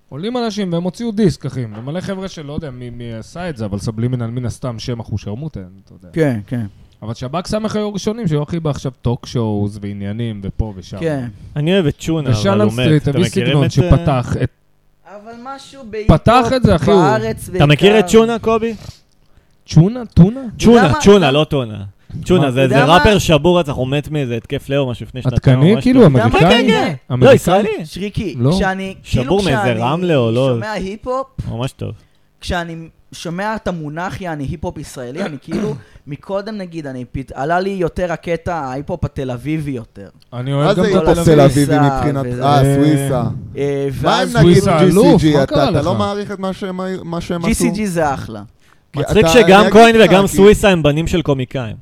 עולים אנשים והם הוציאו דיסק, אחי. ומלא חבר'ה שלא יודע מי, מי עשה את זה, אבל סבלימינל מן הסתם שם אחושרמוטה, אתה יודע. כן, כן. אבל שב"כ סמך היו הראשונים שהיו הכי בעכשיו טוק שואוז ועניינים ופה ושם. כן. אני אוהב את צ'ונה, אבל ושלום הוא מת. סטריט אתם הביא מכירים סגנון את... אה, שפתח את... אבל משהו בעיקר... פתח את זה, אחי, הוא- בארץ בעיקר. אתה מכיר את צ'ונה, קובי? צ'ונה? טונה? צ'ונה, מה? צ'ונה, לא טונה. צ'ונה, מה? זה אתה זה יודע מה? ראפר שבור, אז אנחנו מת מאיזה התקף לאו, משהו לפני שנתיים. עדכני? ממש כאילו, טוב. יודע מה? אמריקאי? כן, כן. לא, אמריקאי? ישראלי. שריקי, לא. כשאני... שבור כאילו מאיזה כשאני רמלה או לא? שומע היפ-הופ, ממש טוב. כשאני שומע את המונח יעני היפ-הופ ישראלי, אני כאילו, מקודם נגיד, אני פת... עלה לי יותר הקטע ההיפ-הופ התל אביבי יותר. אני מה אוהב זה גם היית את היפופ התל עושה תל אביב. אביבי סוויסה מבחינת... וזה. אה, אה, סוויסה. אה, מה אם ואז נגיד סוויסה אלוף, GCG, מה אתה- קרה אתה לך? לא מעריך את מה שהם מה שהם עשו? GCG זה אחלה. כי מצחיק אתה- שגם אני אגיד כהן לך, וגם כי- סוויסה הם בנים של קומיקאים.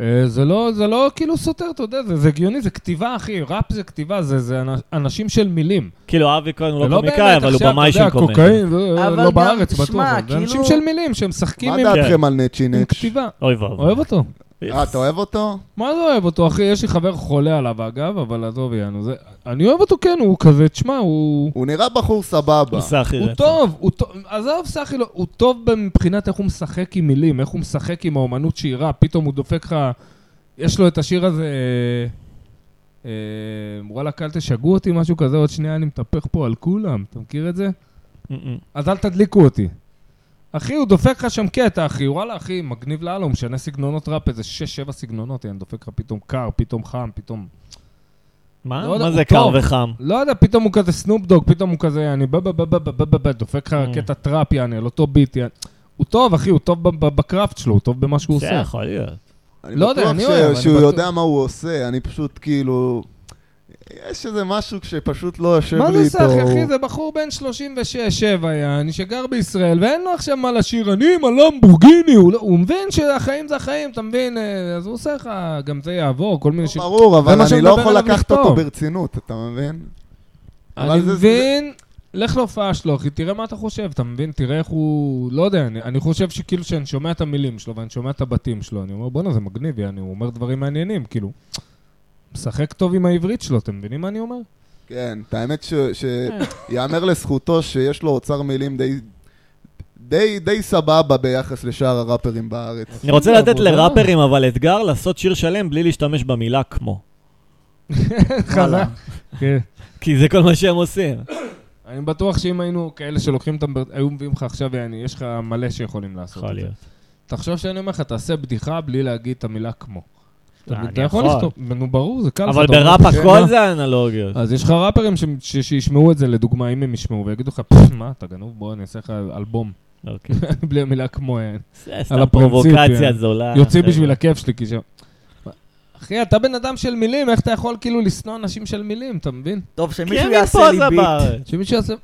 אה, זה לא, זה לא כאילו סותר, אתה יודע, זה זה הגיוני, זה כתיבה, אחי. ראפ זה כתיבה, זה- זה אנ- אנשים של מילים. כאילו, אבי כהן הוא זה לא קומיקאי, באמת אבל הוא עכשיו, במאי אתה יודע, של קומיקאים. קוקאין, זה אבל לא גם, בארץ שמע, בטוח, אבל זה כאילו- אנשים של מילים שהם משחקים מה עם דעתכם על נצ'י עם נץ'? כתיבה. אוי ואבוי. אוהב אותו. אה, אתה אוהב אותו? מה זה אוהב אותו, אחי? יש לי חבר חולה עליו, אגב, אבל עזוב, יענו, זה... אני אוהב אותו, כן, הוא כזה, תשמע, הוא... הוא נראה בחור סבבה. הוא סאחי הוא רצח. טוב, הוא טוב, עזוב סחי, לא, הוא טוב מבחינת איך הוא משחק עם מילים, איך הוא משחק עם האומנות שירה, פתאום הוא דופק לך, יש לו את השיר הזה, אה, אה, וואלכ, אל תשגעו אותי, משהו כזה, עוד שנייה אני מתהפך פה על כולם, אתה מכיר את זה? אמ-אמ. אז אל תדליקו אותי. אחי, הוא דופק לך שם קטע, אחי, וואלה, אחי, מגניב לאללה, הוא משנה סגנונות ראפ, איזה 6-7 סגנונות, אני דופק לך פתאום קר, פתאום חם, פתאום... לא מה? יודע, מה הוא זה קר טוב. וחם? לא יודע, פתאום הוא כזה סנופ דוג, פתאום הוא כזה, אני בא בא בא בא בא בא בא, דופק לך Mm. קטע טראפ, יעני, על אותו ביט, יעני. הוא טוב, אחי, הוא טוב ב- ב- בקראפט שלו, הוא טוב במה שהוא זה עושה. יכול להיות. אני לא יודע, בטוח אני ש- אוהב, אני שהוא בטוח. יודע מה הוא עושה, אני פשוט כאילו... יש איזה משהו שפשוט לא יושב לי מה איתו. זה סך, אחי? זה בחור בן 36-7 יעני, שגר בישראל, ואין לו עכשיו מה לשיר, אני עם הלמבורגיני, הוא לא- הוא מבין שהחיים זה החיים, אתה מבין? אה, אז הוא עושה לך, גם זה יעבור, כל מיני לא, שיר. ברור, אבל מה אני שאני לא מדבר יכול עליו לקחת לכתוב. אותו ברצינות, אתה מבין? אני אבל זה- מבין, לך להופעה שלו, אחי, תראה מה אתה חושב, אתה מבין? תראה איך הוא... לא יודע, אני, אני חושב שכאילו שאני שומע את המילים שלו ואני שומע את הבתים שלו, אני אומר, בואנה, זה מגניב, יעני, הוא אומר דברים מעניינים, כאילו... משחק טוב עם העברית שלו, אתם מבינים מה אני אומר? כן, את האמת שיאמר לזכותו שיש לו אוצר מילים די... די, די סבבה ביחס לשאר הראפרים בארץ. אני רוצה זה לתת עבודה. לראפרים, אבל אתגר, לעשות שיר שלם בלי להשתמש במילה כמו. וואלה. כן. כי זה כל מה שהם עושים. אני בטוח שאם היינו כאלה שלוקחים אותם, ב- היו מביאים לך עכשיו, יעני, יש לך מלא שיכולים לעשות יכול את זה. להיות. תחשוב שאני אומר לך, תעשה בדיחה בלי להגיד את המילה כמו. אתה לא, אני אתה יכול יכול. לכתוב, נו ברור, זה קל. לך, אבל אתה אומר, בראפ "כן, הכל מה?" זה אנלוגיות. אז יש לך ראפרים ש- ש- שישמעו את זה, לדוגמה, אם הם ישמעו ויגידו לך, "פפ, מה, אתה גנוב? בוא, אני אעשה לך אלבום. אוקיי. בלי המילה כמו, אה, זה על סתם הפרינציפ, פרובוקציה כן. זולה. אה, יוצאים בשביל הכיף שלי, כי שם... אחי, אתה בן אדם של מילים, איך אתה יכול כאילו לשנוא אנשים של מילים, אתה מבין? טוב, כי שמישהו הם יעשה לי מפוזה ביט. בארץ. שמישהו יעשה...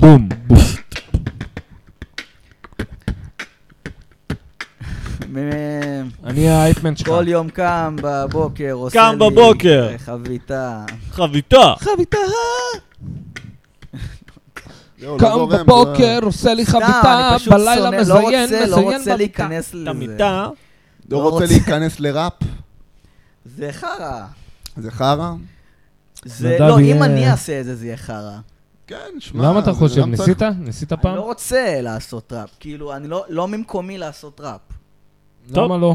בום, בום. מ- אני האייפמן שלך. כל יום קם בבוקר, עושה קם לי בבוקר. חביתה. חביתה. חביתה, יואו, לא קם זורם, לא- בבוקר, עושה לי סתם, חביתה, אני פשוט בלילה שונא, לא מזיין, רוצה- לא מזיין רוצה במיטה. להיכנס את לזה. המיטה. לא לא רוצה רוצה. להיכנס לראפ? זה חרא. זה חרא? זה, נדב לא, אם יהיה- אני אעשה את זה, זה יהיה חרא. כן, שמע. למה אתה זה חושב? גם צריך- ניסית? ניסית אני פעם? לא רוצה לעשות ראפ. כאילו, אני לא, לא ממקומי לעשות ראפ. למה לא?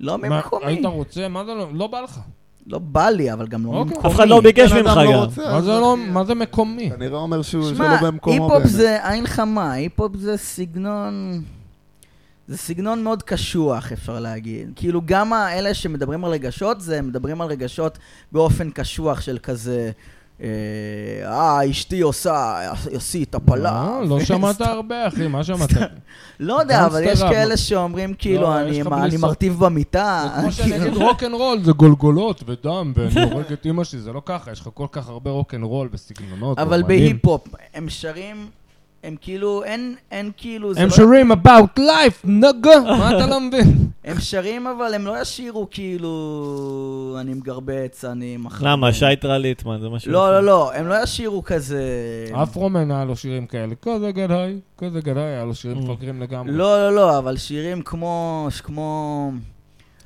לא מה, ממקומי. היית רוצה? מה זה לא? לא בא לך. לא בא לי, אבל גם לא אוקיי. ממקומי. אף אחד לא ביקש בן אדם ממך לא גם. רוצה, מה אז זה אחי, לא? מה זה מקומי? כנראה אומר לא שהוא שמע, שלא במקומו היפ-הופ באמת. זה עין חמה, היפ-הופ זה סגנון... זה סגנון מאוד קשוח, אפשר להגיד. כאילו, גם האלה שמדברים על רגשות, זה מדברים על רגשות באופן קשוח של כזה... אה, אה, אשתי עושה, עשית הפלה. אה, לא ו- שמעת הרבה, אחי, מה שמעת? לא יודע, אבל יש גנגסטר רב. כאלה שאומרים, כאילו, לא, אני יש לך מה, בלי אני סוף. מרטיב במיטה. זה כמו שאני כאילו, אגיד רוקנרול, זה גולגולות ודם, ואני הורג את אימא שלי, זה לא ככה, יש לך כל כך הרבה רוקנרול אוקיי, וסגנונות. אבל ואומנים. בהיפ-הופ, הם שרים, הם כאילו, אין, אין כאילו, זה הם לא- שרים about life, נגה, מה אתה לא מבין? הם שרים, אבל הם לא ישירו כאילו, אני מגרבץ, אני מחר... למה? שייטרה ליטמן, זה מה שהוא לא, עושה. לא, לא, הם לא ישירו כזה... אפרומן היה לו שירים כאלה, כזה גדהי, כזה גדהי, היה לו שירים מפגרים לגמרי. לא, לא, לא, אבל שירים כמו, כמו...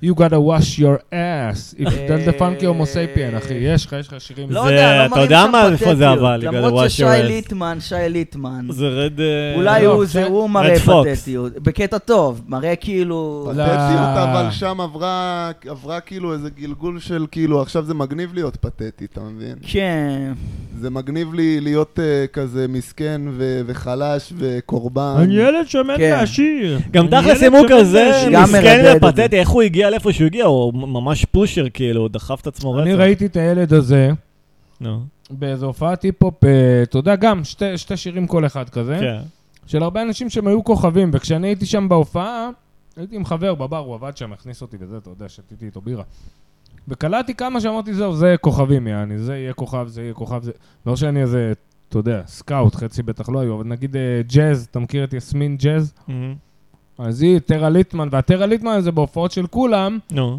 You gotta wash your ass, if then the אה, funky homo sapien, אחי, יש לך, יש לך שירים. לא זה- יודע, לא אתה מראים יודע שם מה, איפה זה פתטיות. אבל, you gotta למרות wash ששי your ass. ליטמן, שי ליטמן. זה רד... אה, לא. אולי לא, הוא שי- זה, הוא מראה רד פוקס. פתטיות. בקטע טוב, מראה כאילו... לא. פתטיות, אבל שם עברה, עברה כאילו איזה גלגול של כאילו, עכשיו זה מגניב להיות פתטי, אתה מבין? כן. זה מגניב לי להיות אה, כזה מסכן ו- וחלש וקורבן. שמן כן. ועשיר. גם אני תכלס אם ילד הוא שמן כזה ועשיר. גם מסכן מרדד את ופתטי, איך הוא הגיע לאיפה שהוא הגיע? הוא ממש פושר, כאילו, הוא דחף את עצמו רצח. אני ראיתי את הילד הזה נו, באיזו הופעת היפ-הופ, אה, אתה יודע, גם שתי שתי שירים כל אחד כזה. כן. של הרבה אנשים שהם היו כוכבים, וכשאני הייתי שם בהופעה, הייתי עם חבר בבר, הוא עבד שם, הכניס אותי וזה, אתה יודע, שתיתי איתו בירה. וקלעתי כמה שאמרתי, זהו, זה כוכבים, יעני, זה יהיה כוכב, זה יהיה כוכב, זה... לא שאני איזה, אתה יודע, סקאוט, חצי בטח לא היו, אבל נגיד אה, ג'אז, אתה מכיר את יסמין ג'אז? אמ, אז היא, טרה ליטמן, והטרה ליטמן הזה בהופעות של כולם, נו.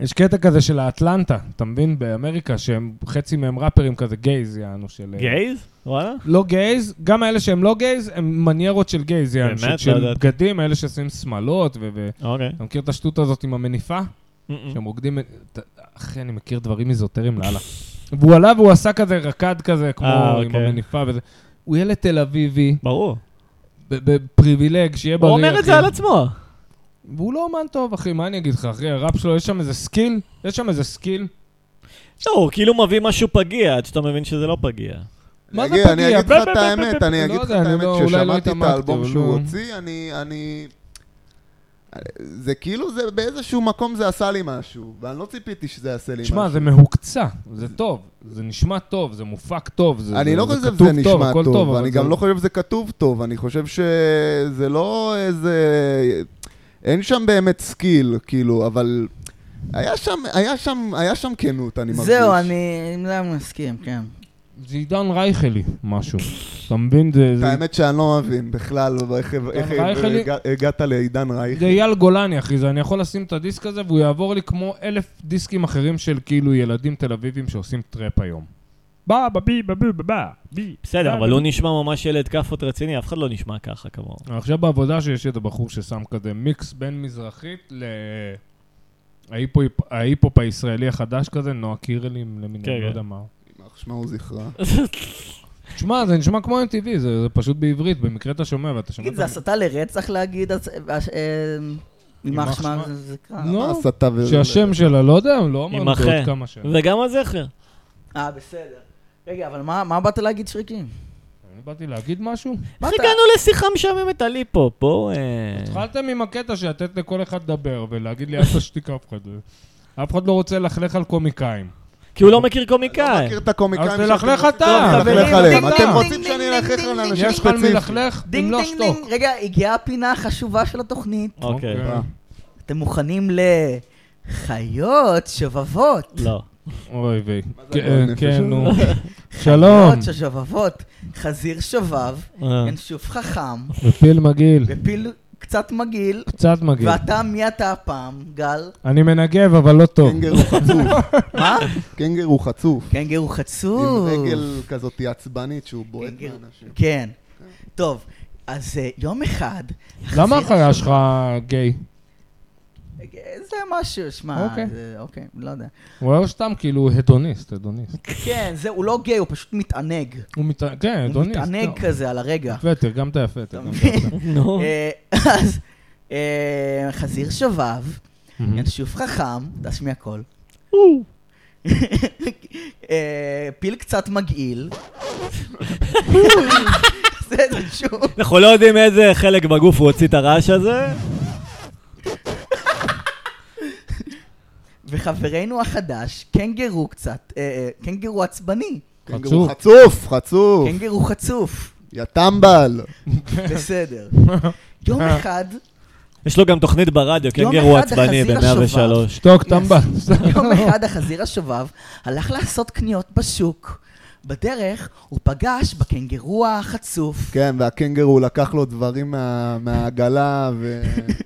יש קטע כזה של האטלנטה, אתה מבין? באמריקה, שהם, חצי מהם ראפרים כזה גייז, יענו, של... אה, גייז? וואלה? לא גייז, גם האלה שהם לא גייז, הם מניירות של גייז, יענו, באמת? של- לא של ידעתי. בגדים, האלה שעושים שמלות, ו... ו- אוקיי. אתה מכיר את השטות הזאת עם המניפה? אמ, אמ. שהם רוקדים... את- אחי, אני מכיר דברים איזוטריים לאללה. והוא עלה והוא עשה כזה רקד כזה, כמו אה, עם אוקיי. המניפה וזה. הוא ילד תל אביבי, ברור. ב- בפריבילג, שיהיה הוא בריא, אומר את אחי. זה על עצמו. והוא לא אומן טוב, אחי, מה אני אגיד לך, אחי, הראפ שלו, יש שם איזה סקיל, יש שם איזה סקיל. לא, הוא כאילו מביא משהו פגיע, עד שאתה מבין שזה לא פגיע. מה זה אני אגיד- אני פגיע? אגיד לך את האמת, אני לא אגיד לך יודע, את אני האמת, לא- אולי לא כששמעתי את התעמקתי, האלבום אבל שהוא לא. הוציא, אני- אני... זה כאילו, זה באיזשהו מקום זה עשה לי משהו, ואני לא ציפיתי שזה יעשה לי משהו. שמע, זה מהוקצע, זה טוב, זה נשמע טוב, זה מופק טוב, זה אני זה- לא חושב כתוב שזה נשמע הכל טוב, אבל אני לא זה- גם לא חושב שזה כתוב טוב, אני חושב שזה לא איזה... אין שם באמת סקיל, כאילו, אבל... היה שם, היה שם, היה שם כנות, אני מרגיש. זהו, אני עם זה אני מסכים, כן. זה עידן רייכלי, משהו. אתה מבין? זה... את זה- האמת שאני לא מבין בכלל איך איך- רייכלי? הגע- הגעת לעידן רייך. זה אייל גולני, אחי, זה אני יכול לשים את הדיסק הזה והוא יעבור לי כמו אלף דיסקים אחרים של כאילו ילדים תל אביבים שעושים טראפ היום. בא, בבי, בבי, בבא, בי. בסדר, אה, אבל הוא נשמע ממש ילד כאפות רציני, אף אחד לא נשמע ככה כמוהו. עכשיו בעבודה שיש את הבחור ששם כזה מיקס בין מזרחית ל... ההיפו- ההיפ-הופ הישראלי החדש כזה, נועה קירלים כן, למיניהם, לא כן. יודע מה. יימח שמו זכרה. תשמע, זה נשמע כמו MTV, זה זה פשוט בעברית, במקרה אתה שומע ואתה שומע... תגיד, את זה ה- הסתה לרצח להגיד, אז- אז- אה, יימח יימח שמם שמם. זה- זה קרה. נו, הסתה ו... שהשם שלה, לא יודע, לא אמרנו יימחה. בעוד כמה שנים. וגם הזכר. אה, בסדר. רגע, אבל מה מה באת להגיד שריקי? אני באתי להגיד משהו? מה איך אתה- הגענו לשיחה משעממת על היפ-הופ? בואו... אה, התחלתם עם הקטע שלתת לכל אחד לדבר ולהגיד לי, אל תשתיק אף אחד. אף אחד לא רוצה ללכלך על קומיקאים. כן, כי הוא לא מכיר לא קומיקאי. מכיר את הקומיקאים אז תלכלך שאתם רוצים אתה. ללכלך חברים, עליהם. דינג, אתם דינג, רוצים דינג, שאני דינג, אלכלך דינג, על דינג, אנשים יש לך על מי ספציפיים. ללכלך? אם דינג לא דינג דינג, אה. שתוק. רגע, הגיעה הפינה החשובה של התוכנית. אוקיי. אוקיי. אתם מוכנים לחיות שובבות? לא. אוי ויי. זה לא כן, גועל כן, נפש? נו. שלום. חיות שובבות, חזיר שובב, אה. ינשוף חכם, מפיל מגעיל. ופיל קצת מגעיל, קצת מגעיל. ואתה, מי אתה הפעם, גל? אני מנגב, אבל לא טוב. קנגר הוא חצוף. מה? קנגר הוא חצוף. קנגר הוא עם חצוף. רגל כזאת עצבנית שהוא בועט קנגר- מאנשים. כן. טוב, אז אה, יום אחד... למה החזיר החיה השובב- שלך גיי? אה, זה משהו, שמע, אוקיי. זה- אוקיי, לא יודע. הוא היה סתם כאילו הדוניסט, הדוניסט. כן, זה, הוא לא גיי, הוא פשוט מתענג. הוא מת... כן, הוא הדוניסט. מתענג לא. כזה על הרגע. יפה, תרגם את היפה, אתה תרגם את מבין? היפה. נו. אה, אז אה, חזיר שובב, מהמם. ינשוף חכם, תשמיע קול. אה, פיל קצת מגעיל. זה שוב. אנחנו לא יודעים איזה חלק בגוף הוא הוציא את הרעש הזה. וחברנו החדש, קנגרו קצת, אה, אה, קנגרו עצבני, קנגר חצוף. הוא חצוף, חצוף. קנגרו חצוף, יא טמבל. בסדר. יום אחד, יש לו גם תוכנית ברדיו, יום קנגר הוא אחד עצבני החזיר ב-103. שתוק, טמבל. יום אחד החזיר השובב הלך לעשות קניות בשוק. בדרך הוא פגש בקנגרו החצוף. כן, והקנגר הוא לקח לו דברים מה- מהעגלה, ו...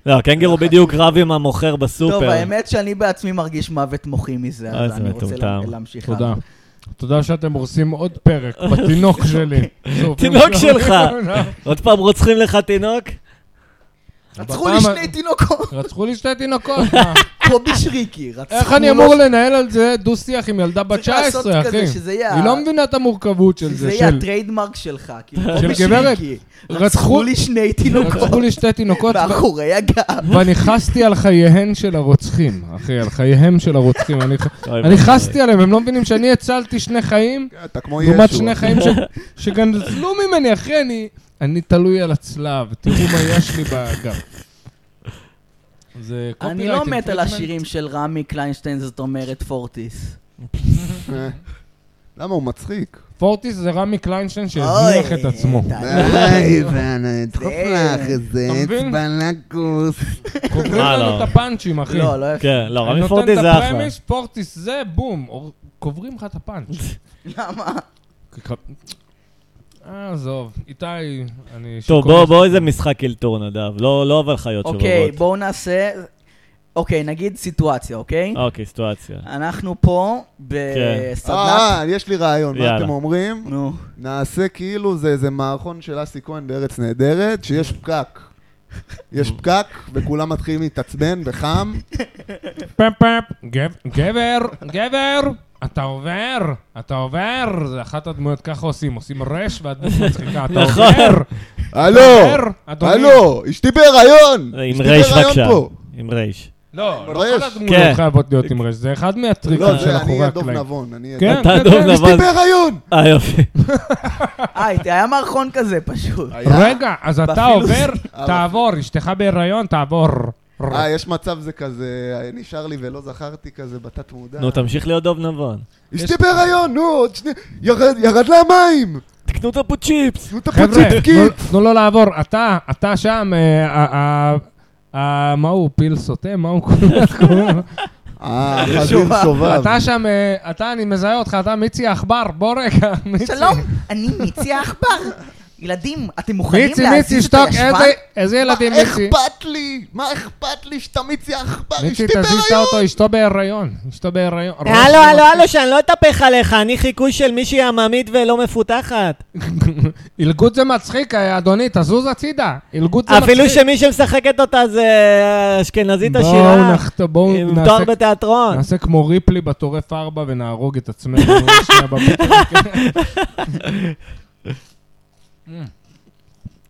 לא, קנגר הוא בדיוק רב עם המוכר טוב, בסופר. האמת שאני בעצמי מרגיש מוות מוחי מזה, אה, אז זה אני רוצה לה- מטומטם. להמשיך. תודה. הלאה. תודה שאתם הורסים עוד פרק בתינוק שלי. תינוק שלך. עוד פעם רוצחים לך תינוק? רצחו לי בפעם ה- שני תינוקות, רצחו לי שתי תינוקות. מה? קובי שריקי, רצחו לו... איך אני אמור לנהל על זה דו-שיח עם ילדה בת צריך לעשות 19, כזה, אחי? שזה יהיה היא ה- לא מבינה את המורכבות של זה זה, יהיה של... הטריידמרק שלך, כאילו, של קובי גברת. שריקי. רצחו רצחו- לי שני תינוקות רצחו לי שתי תינוקות, ו- מאחורי הגב. ואני חסתי על חייהן של הרוצחים, אחי, על חייהם של הרוצחים. אני ח- אוי, אני אוי. חסתי עליהם, הם לא מבינים שאני הצלתי שני חיים, אתה כמו ישו. לעומת שני חיים ש- שגנזלו ממני, אחי, אני... אני תלוי על הצלב, תראו מה יש לי באגף. זה אני לא copyright מת על infringement. השירים של רמי קליינשטיין, זאת אומרת פורטיס. אה. למה הוא מצחיק? פורטיס זה רמי קליינשטיין אוי, לא, שהזניח את עצמו. די. היי, אה, ואני אדחוף לך איזה אתה מבין? בלקוס. קובעים מה לא? לנו את הפאנצ'ים, אחי. לא, לא יפה. כן, לא, אני רמי נותן פורטי את זה אחלה. הפרמיס, פורטיס זה, בום, אור- קוברים לך את הפאנץ'. למה? אה, עזוב, איתי, אני... שיכור. טוב, בוא, בוא איזה משחק אלתור נדב. לא, לא אבל חיות אוקיי, שובבות. בואו נעשה... אוקיי, נגיד סיטואציה, אוקיי? אה. אוקיי, סיטואציה. אנחנו פה בסדנת... אה, יש לי רעיון, מה יאללה. אתם אומרים? נו. נעשה כאילו זה איזה מערכון של אסי כהן בארץ נהדרת, שיש פקק. יש פקק, וכולם מתחילים להתעצבן וחם. פאפ פאפ, גב- גבר, גבר, אתה עובר, אתה עובר, זה אחת הדמויות ככה עושים, עושים רש והדמות מצחיקה, אתה נכון. עובר, הלו! אדוני. אה, הלו! אשתי בהיריון! עם אשתי רייש בהיריון בבקשה. פה. עם רייש. לא, לא רש. כל כן. הדמויות חייבות להיות עם רש, זה אחד מהטריקים לא, של זה אני אחורי אהיה דוב הקלעים. נבון. אני אהיה כן, דוב- אתה כן, דוב כן. נבון. אשתי בהיריון! אה, יופי. אה, היה מערכון כזה פשוט. אה, רגע, אז אתה באפילו עובר, אבל- תעבור, אשתך בהיריון, תעבור. אה, יש מצב זה כזה, אה, נשאר לי ולא זכרתי כזה בתת מודע. נו, תמשיך להיות דוב נבון. אשתי בהיריון, נו, עוד שני... ירד, ירד לה המים! תקנו את הפוצ'יפס. תנו את חבר'ה, הפוצ'יפקית! תנו- תנו לו לעבור. אתה, אתה שם, אה, ה- ה- אה, מה הוא פיל סוטה? מה הוא קורא? לו? אה, חזיר שובב. אתה שם, אה, אתה, אני מזהה אותך, אתה מיצי עכבר, בוא רגע, מיצי. שלום, אני מיצי העכבר. ילדים, אתם מוכנים מיצי, מיצי, להזיז את שתוק, הישבן? איזה- איזה ילדים, מה מיצי? אכפת לי? מה אכפת לי שאתה מיצי עכבר? אשתי מיצי, תזיז את בהיריון! האוטו, אשתו בהיריון. אשתו בהיריון. הלו, הלו, הלו, שאני לא אתהפך עליך, אני חיקוי של מישהי עממית ולא מפותחת. אילגות זה מצחיק, אה, אדוני, תזוז הצידה. אילגות זה מצחיק. אפילו שמי שמשחקת אותה זה אשכנזית בואו עשירה, נחת- בואו עם נעשה- תואר בתיאטרון. נעשה כמו ריפלי בטורף ארבע ונהרוג את עצמנו שנייה בבטן.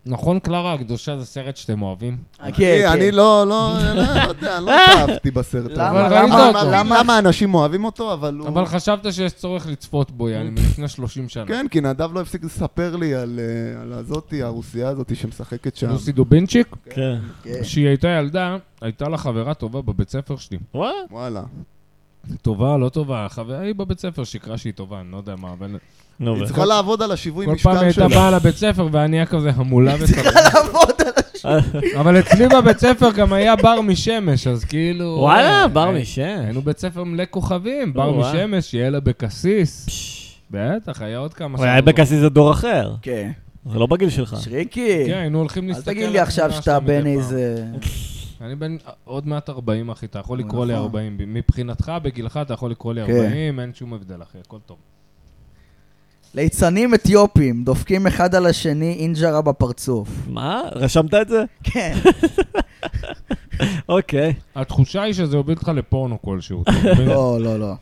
נכון, קלרה הקדושה זה סרט שאתם אוהבים? כן, אני- כן. אני לא, לא, לא יודע, לא התאהבתי בסרט הזה. למה- אבל אני ראית מאמין אותו. למה אנשים אוהבים אותו, אבל הוא... אבל חשבת שיש צורך לצפות בו, יעני, מלפני 30 שנה. כן, כי נדב לא הפסיק לספר לי על אה, על הזאתי, הרוסייה הזאתי שמשחקת שם. לוסי דובינצ'יק, כן. כן. כשהיא הייתה ילדה, הייתה לה חברה טובה בבית ספר שלי. וואט? וואלה. טובה, לא טובה, חברה, היא בבית ספר שיקרה שהיא טובה, אני לא יודע מה, אבל... נו, היא ו- צריכה לעבוד על השיווי כל פעם היא משקל הייתה שלה. באה לבית ספר והיה נהיה כזה המולה וסבבה. לעבוד על אה, אבל אצלי בבית ספר גם היה בר משמש, אז כאילו... וואלה, אה, בר אה, משם. היינו בית ספר מלא כוכבים, בר וואו. משמש, יעל אבקסיס. בטח, היה עוד כמה... הוא היה בקסיס זה דור אחר, כן. זה לא בגיל שלך. שריקי, כן, היינו הולכים אל להסתכל... תגיד על לי עכשיו התמונה שאתה שלו מדי בן פעם. איזה... אני בן עוד מעט 40, אחי, אתה יכול לקרוא לי נכון. 40. מבחינתך, בגילך, אתה יכול לקרוא לי כן. 40, אין שום הבדל, אחי, הכל טוב. ליצנים אתיופים, דופקים אחד על השני אינג'רה בפרצוף. מה? רשמת את זה? כן. אוקיי. התחושה היא שזה יוביל אותך לפורנו כלשהו. אתה מבין? לא, לא, לא.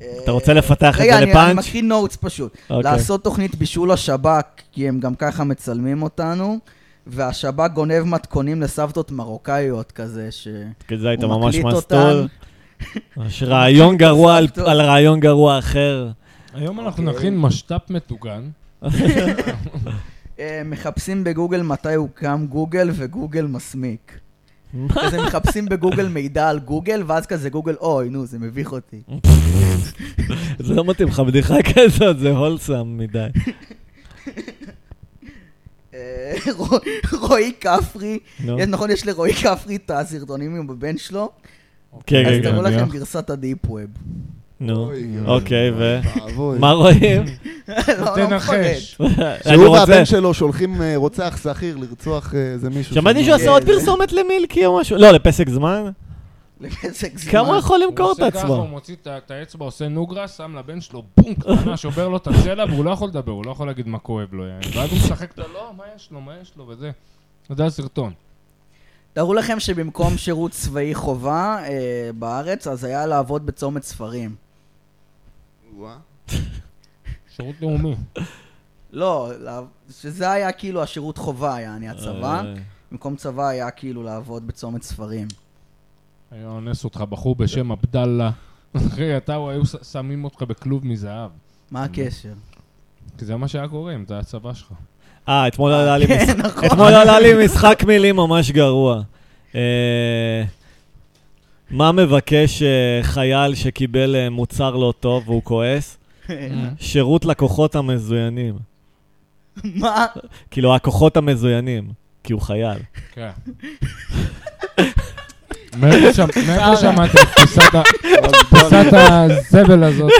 אתה רוצה לפתח את רגע, זה אני- אני לפאנץ'? מקריא נוטס פשוט. אוקיי. לעשות תוכנית בישול השב"כ, כי הם גם ככה מצלמים אותנו, והשב"כ גונב מתכונים לסבתות מרוקאיות כזה, שהוא כי כן, זה היית ממש מקליט מסטול. אותן. יש רעיון גרוע על- הסבתות. על רעיון גרוע אחר. היום אנחנו אוקיי. נכין משת"פ מטוגן. אה, מחפשים בגוגל מתי הוקם גוגל, וגוגל מסמיק. כזה מחפשים בגוגל מידע על גוגל, ואז כזה גוגל, אוי, נו, זה מביך אותי. זה לא מתאים לך, בדיחה כזאת, זה הולסם מדי. אה, רו- רועי כפרי, נו. יש- נכון, יש לרועי כפרי את הסרטונים עם הבן שלו, כן, אז כן, כן. תראו אני לכם אח. גרסת הדיפ ווב. נו. אוי, אוקיי, ו... אוי. מה רואים? לא, לא מפרט. תנחש. אני שהוא רוצה... והבן שלו שולחים אה, רוצח שכיר לרצוח אה, איזה מישהו. שמעתי שם. שהוא עשה עוד זה- פרסומת למילקי או משהו. לא, לפסק זמן? לפסק זמן. כמה הוא יכול הוא למכור את עושה ככה, הוא עצמו? מוציא את ה- את האצבע, עושה נוגרס, שם לבן שלו בום, קטנה, שובר לו את הצלע, והוא לא יכול לדבר, הוא לא יכול להגיד מה כואב לו, יעני. ואז הוא משחק את הלא, מה יש לו, מה יש לו, וזה. זה הסרטון. תארו לכם שבמקום שירות צבאי חובה אה, בארץ, אז היה לעבוד בצומת ספרים. וואה. שירות לאומי. לא, לעב- שזה היה כאילו השירות חובה, יעני הצבא. אה, במקום צבא היה כאילו לעבוד בצומת ספרים. היה אונס אותך בחור בשם עבדאללה. אחי, אתה, הוא- היו ש- שמים אותך בכלוב מזהב. מה Mm. הקשר? כי זה מה שהיה קורה, אם זה הצבא שלך. אה, אתמול עלה לי משחק. כן, נכון. אתמול עלה לי משחק מילים ממש גרוע. אה, מה מבקש אה, חייל שקיבל אה, מוצר לא טוב והוא כועס? כן. שירות לקוחות המזוינים. מה? כאילו, הכוחות המזוינים, כי הוא חייל. כן. מאיפה שם- מאיפה שמעתי את תפיסת ה- תפיסת הזבל הזאת?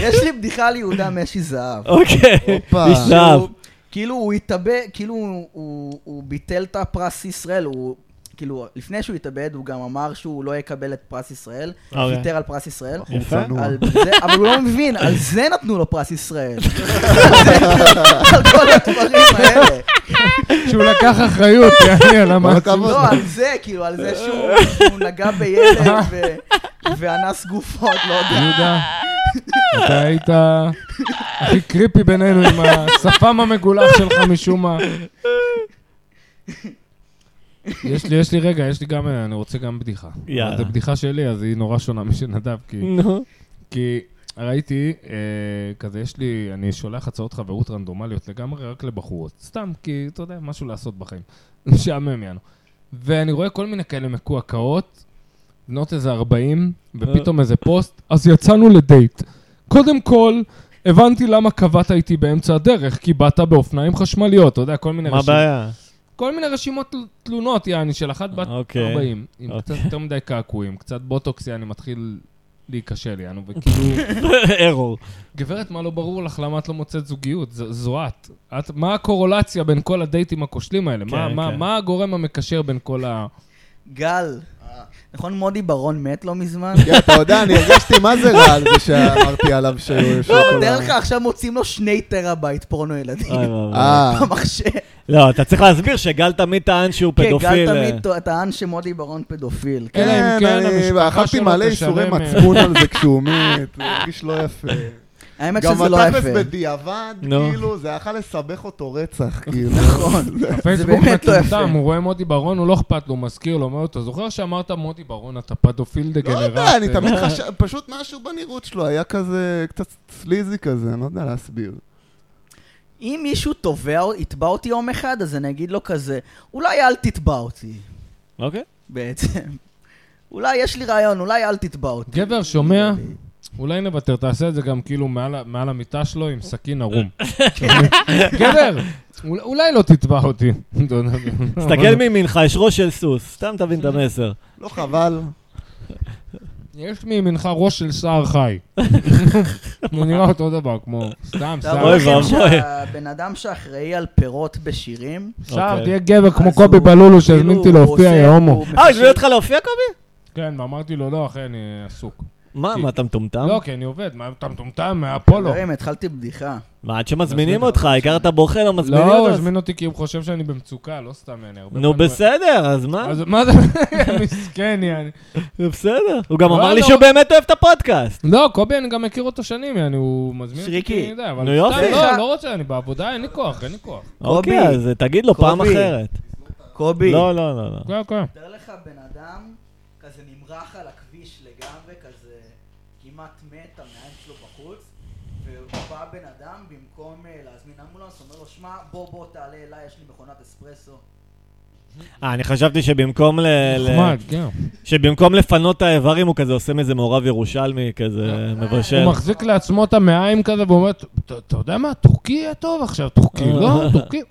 יש לי בדיחה על יהודה משי זהב. אוקיי. הופה. איש זהב. שהוא- כאילו הוא התאבד, כאילו הוא- הוא- הוא ביטל את הפרס ישראל, הוא... כאילו, לפני שהוא התאבד, הוא גם אמר שהוא לא יקבל את פרס ישראל, הוא אוקיי. ויתר על פרס ישראל. בחור יפה. צנוע. על זה, אבל הוא לא מבין, על זה נתנו לו פרס ישראל. על כל הדברים האלה. שהוא לקח אחריות, יעני, על כל המעשים. הכבוד. לא, על זה, כאילו, על זה שהוא שהוא נגע בילד ו- ואנס גופות, לא יודע. יהודה, אתה היית הכי קריפי בינינו עם השפם המגולח שלך משום מה. יש לי, יש לי, רגע, יש לי גם, אה, אני רוצה גם בדיחה. יאללה. אבל זו בדיחה שלי, אז היא נורא שונה משנדב, כי... נו. כי ראיתי, אה, כזה יש לי, אני שולח הצעות חברות רנדומליות לגמרי רק לבחורות. סתם, כי, אתה יודע, משהו לעשות בחיים. משעמם יענו. ואני רואה כל מיני כאלה מקועקעות, בנות איזה 40, ופתאום איזה פוסט, אז יצאנו לדייט. קודם כל, הבנתי למה קבעת איתי באמצע הדרך, כי באת באופניים חשמליות, אתה יודע, כל מיני מה הבעיה? כל מיני רשימות תל- תלונות, יעני, של אחת בת אוקיי. 40. עם קצת אוקיי. יותר מדי קעקועים, קצת בוטוקס, יעני, מתחיל להיכשל, יענו, וכאילו... ארור. גברת, מה לא ברור לך? למה את לא מוצאת זוגיות? ז- זו את. את. מה הקורולציה בין כל הדייטים הכושלים האלה? מה- כן, מה- כן. מה הגורם המקשר בין כל ה... גל, נכון מודי ברון מת לא מזמן? כן, אתה יודע, אני הרגשתי מה זה רע על זה שאמרתי עליו שהוא... שהוא כל דרך ה- לא, כלל עכשיו מוצאים לו שני טראבייט פורנו ילדים. אוי, אוי, אוי. לא, אה, במחשב. לא, אתה צריך להסביר שגל תמיד טען שהוא כן, גל פדופיל. אה, תמיד טוע- טען שמודי ברון פדופיל. כן. אלא אם כן, אני המשפחה אכלתי שלו תשלם, מלא איסורי אה, מצפון על זה כשהוא מת, זה הרגיש לא יפה. האמת גם שזה לא התכלס יפה. בדיעבד, נו. כאילו, זה יכול לסבך אותו רצח, כאילו. נכון. הפייסבוק באמת לא מטומטם, יפה. הוא רואה מוטי ברון, הוא לא אכפת לו, הוא מזכיר לו, אומר לו, אתה זוכר שאמרת מוטי ברון, אתה פדופיל לא דגנרט? יודע, אני תמיד חשב, פשוט משהו בנראות שלו היה כזה, קצת סליזי כזה, אני לא יודע להסביר. אם מישהו תובע, יתבע אותי יום אחד, אז אני אגיד לו כזה, אולי אל תתבע אותי, אוקיי. בעצם. אולי יש לי רעיון, אולי אל תתבע אותי. גבר, שומע? אולי נוותר, תעשה את זה גם כאילו מעל ה- מעל המיטה שלו עם סכין ערום. גבר, אול- אולי לא תתבע אותי. תסתכל מימינך, יש ראש של סוס, סתם תבין את המסר. לא חבל. יש מימינך ראש של סער חי. הוא נראה אותו דבר, כמו סתם אתה סער. רואה אוי לכם ואבוי. שהבן אדם שאחראי על פירות בשירים, סער, אוקיי. תהיה גבר כמו אז קובי הוא- בלולו שהזמין כאילו, אותי להופיע, הוא עושה- יא הומו. הוא אה, מחשב- הזמינו אותך להופיע קובי? כן, ואמרתי לו, לא, אחי, אני עסוק. מה, מה, אתה מטומטם? לא, כי אני עובד, מה אתה מטומטם, "לא, מהפולו. חברים, התחלתי בדיחה. מה, עד שמזמינים אותך, העיקר אתה בוכה, לא מזמינים לא, הוא אותך? הזמין אותי כי הוא חושב שאני במצוקה, לא סתם אני הרבה נו, פעמים- בסדר, אז מה? אז מה זה, מסכן, יעני. זה בסדר. הוא גם לא, אמר לי לא. שהוא באמת אוהב את הפודקאסט. לא, קובי, אני גם מכיר אותו שנים, יעני, הוא מזמין אותי. שריקי. אני יודע, אבל נו, יופי. סתם, סליחה. לא, לא רוצה, אני בעבודה, אין לי כוח, אין לי כוח. אוקיי, קובי. אז תגיד לו פעם קובי. אחרת. קובי, לא, לא, לא, לא. כן, כן. תאר לך בן אדם כזה נמרח על הכביש לגמרי, כזה כמעט מת, המעיים שלו בחוץ, ובא בן אדם במקום אה, להזמין אמבולנס, אומר לו, שמע, בוא בוא תעלה אליי, יש לי מכונת אספרסו. אה, אני חשבתי שבמקום ל... ל- נחמד, כן. שבמקום לפנות את האיברים, הוא כזה עושה מזה מעורב ירושלמי, כזה מבשל. אה, הוא מחזיק לעצמו את המעיים כזה ואומר, "ת- אתה יודע מה, טורקי יהיה טוב עכשיו, טורקי, לא, טורקי.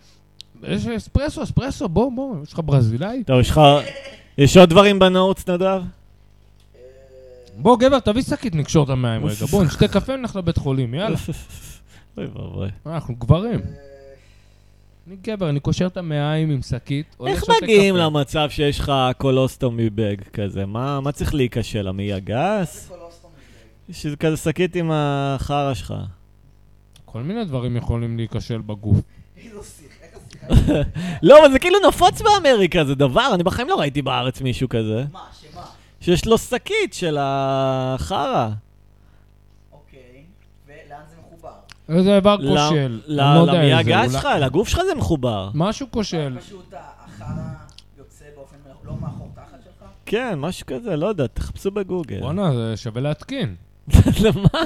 יש אספרסו, אספרסו, בוא, בוא, יש לך ברזילאי? טוב, יש לך... יש עוד דברים בנעוץ, נדב? בוא, גבר, תביא שקית, נקשור את המעיים רגע. בוא, נשתה קפה, נלך לבית חולים, יאללה. אוי ואבוי. מה, אנחנו גברים. אה, אני גבר, אני קושר את המעיים עם שקית, הולך איך שותה מגיעים קפה. למצב שיש לך קולוסטומי בג כזה? מה מה צריך להיכשל? המעי הגס? שזה כזה שקית עם החרא שלך. כל מיני דברים יכולים להיכשל בגוף. איזו שיח, כאילו איך השיחה? לא, אבל זה כאילו נפוץ באמריקה, זה דבר, אני בחיים לא ראיתי בארץ מישהו כזה. מה, שמה? שיש לו שקית של החרא. אוקיי, ולאן זה מחובר? איזה איבר ל- כושל. ל- אני לא יודע למעי איזה, הגס אולי- שלך, כן. לגוף שלך זה מחובר. משהו כושל. פשוט החרא יוצא באופן מלאכ- לא מאחור תחת שלך? כן, משהו כזה, לא יודע, תחפשו בגוגל. בואנה, זה שווה להתקין. למה?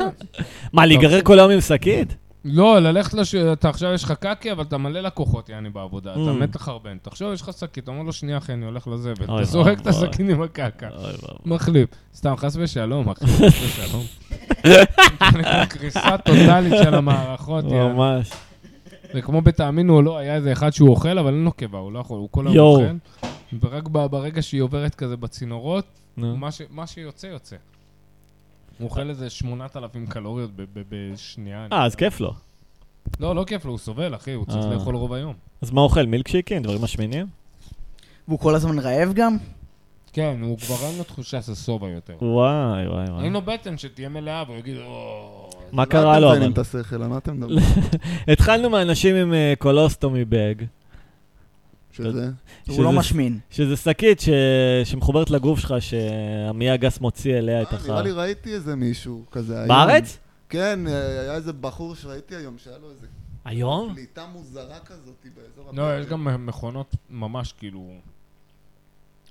מה, להיגרר כל היום עם שקית? לא, ללכת לש... אתה עכשיו יש לך קקי, אבל אתה מלא לקוחות, יעני, בעבודה. אתה Mm. מת לחרבן. תחשוב, יש לך שקית, אתה אומר לו, שנייה אחי, אני הולך לזה, אוי, ואתה זורק את אוי, אוי. הסכין עם הקקה. אוי ואבוי. מחליף. סתם, חס ושלום, אחי, חס ושלום. קריסה טוטאלית של המערכות, יעני. ממש. זה כמו בתאמינו או לא, היה איזה אחד שהוא אוכל, אבל אין לו קיבה, הוא לא יכול, הוא כל היום יואו. אוכל. ורק ב- ברגע שהיא עוברת כזה בצינורות, נו. מה ש- מה שיוצא, יוצא. הוא אוכל איזה 8,000 קלוריות ב- ב- בשנייה. אה, אז כיף לו. לא, לא כיף לו, הוא סובל, אחי, הוא צריך אה. לאכול רוב היום. אז מה אוכל? מילקשיקים? דברים משמינים? והוא כל הזמן רעב גם? כן, הוא כבר אין לו תחושה שסובה יותר. וואי, וואי, וואי. אין לו בטן שתהיה מלאה, והוא יגיד, "או, אה. מה קרה לו? אתם מציינים אבל? לא. את השכל, על מה אתם מדברים? התחלנו מאנשים עם אה, קולוסטומי בג, שזה? שזה- הוא לא משמין. שזה שקית ש... שמחוברת לגוף שלך, שהמעי הגס מוציא אליה את אה, נראה החר. לי ראיתי איזה מישהו כזה היום. בארץ? כן, היה איזה בחור שראיתי היום, שהיה לו איזה היום? פליטה מוזרה כזאת באזור לא, הבטן. יש גם מכונות ממש כאילו...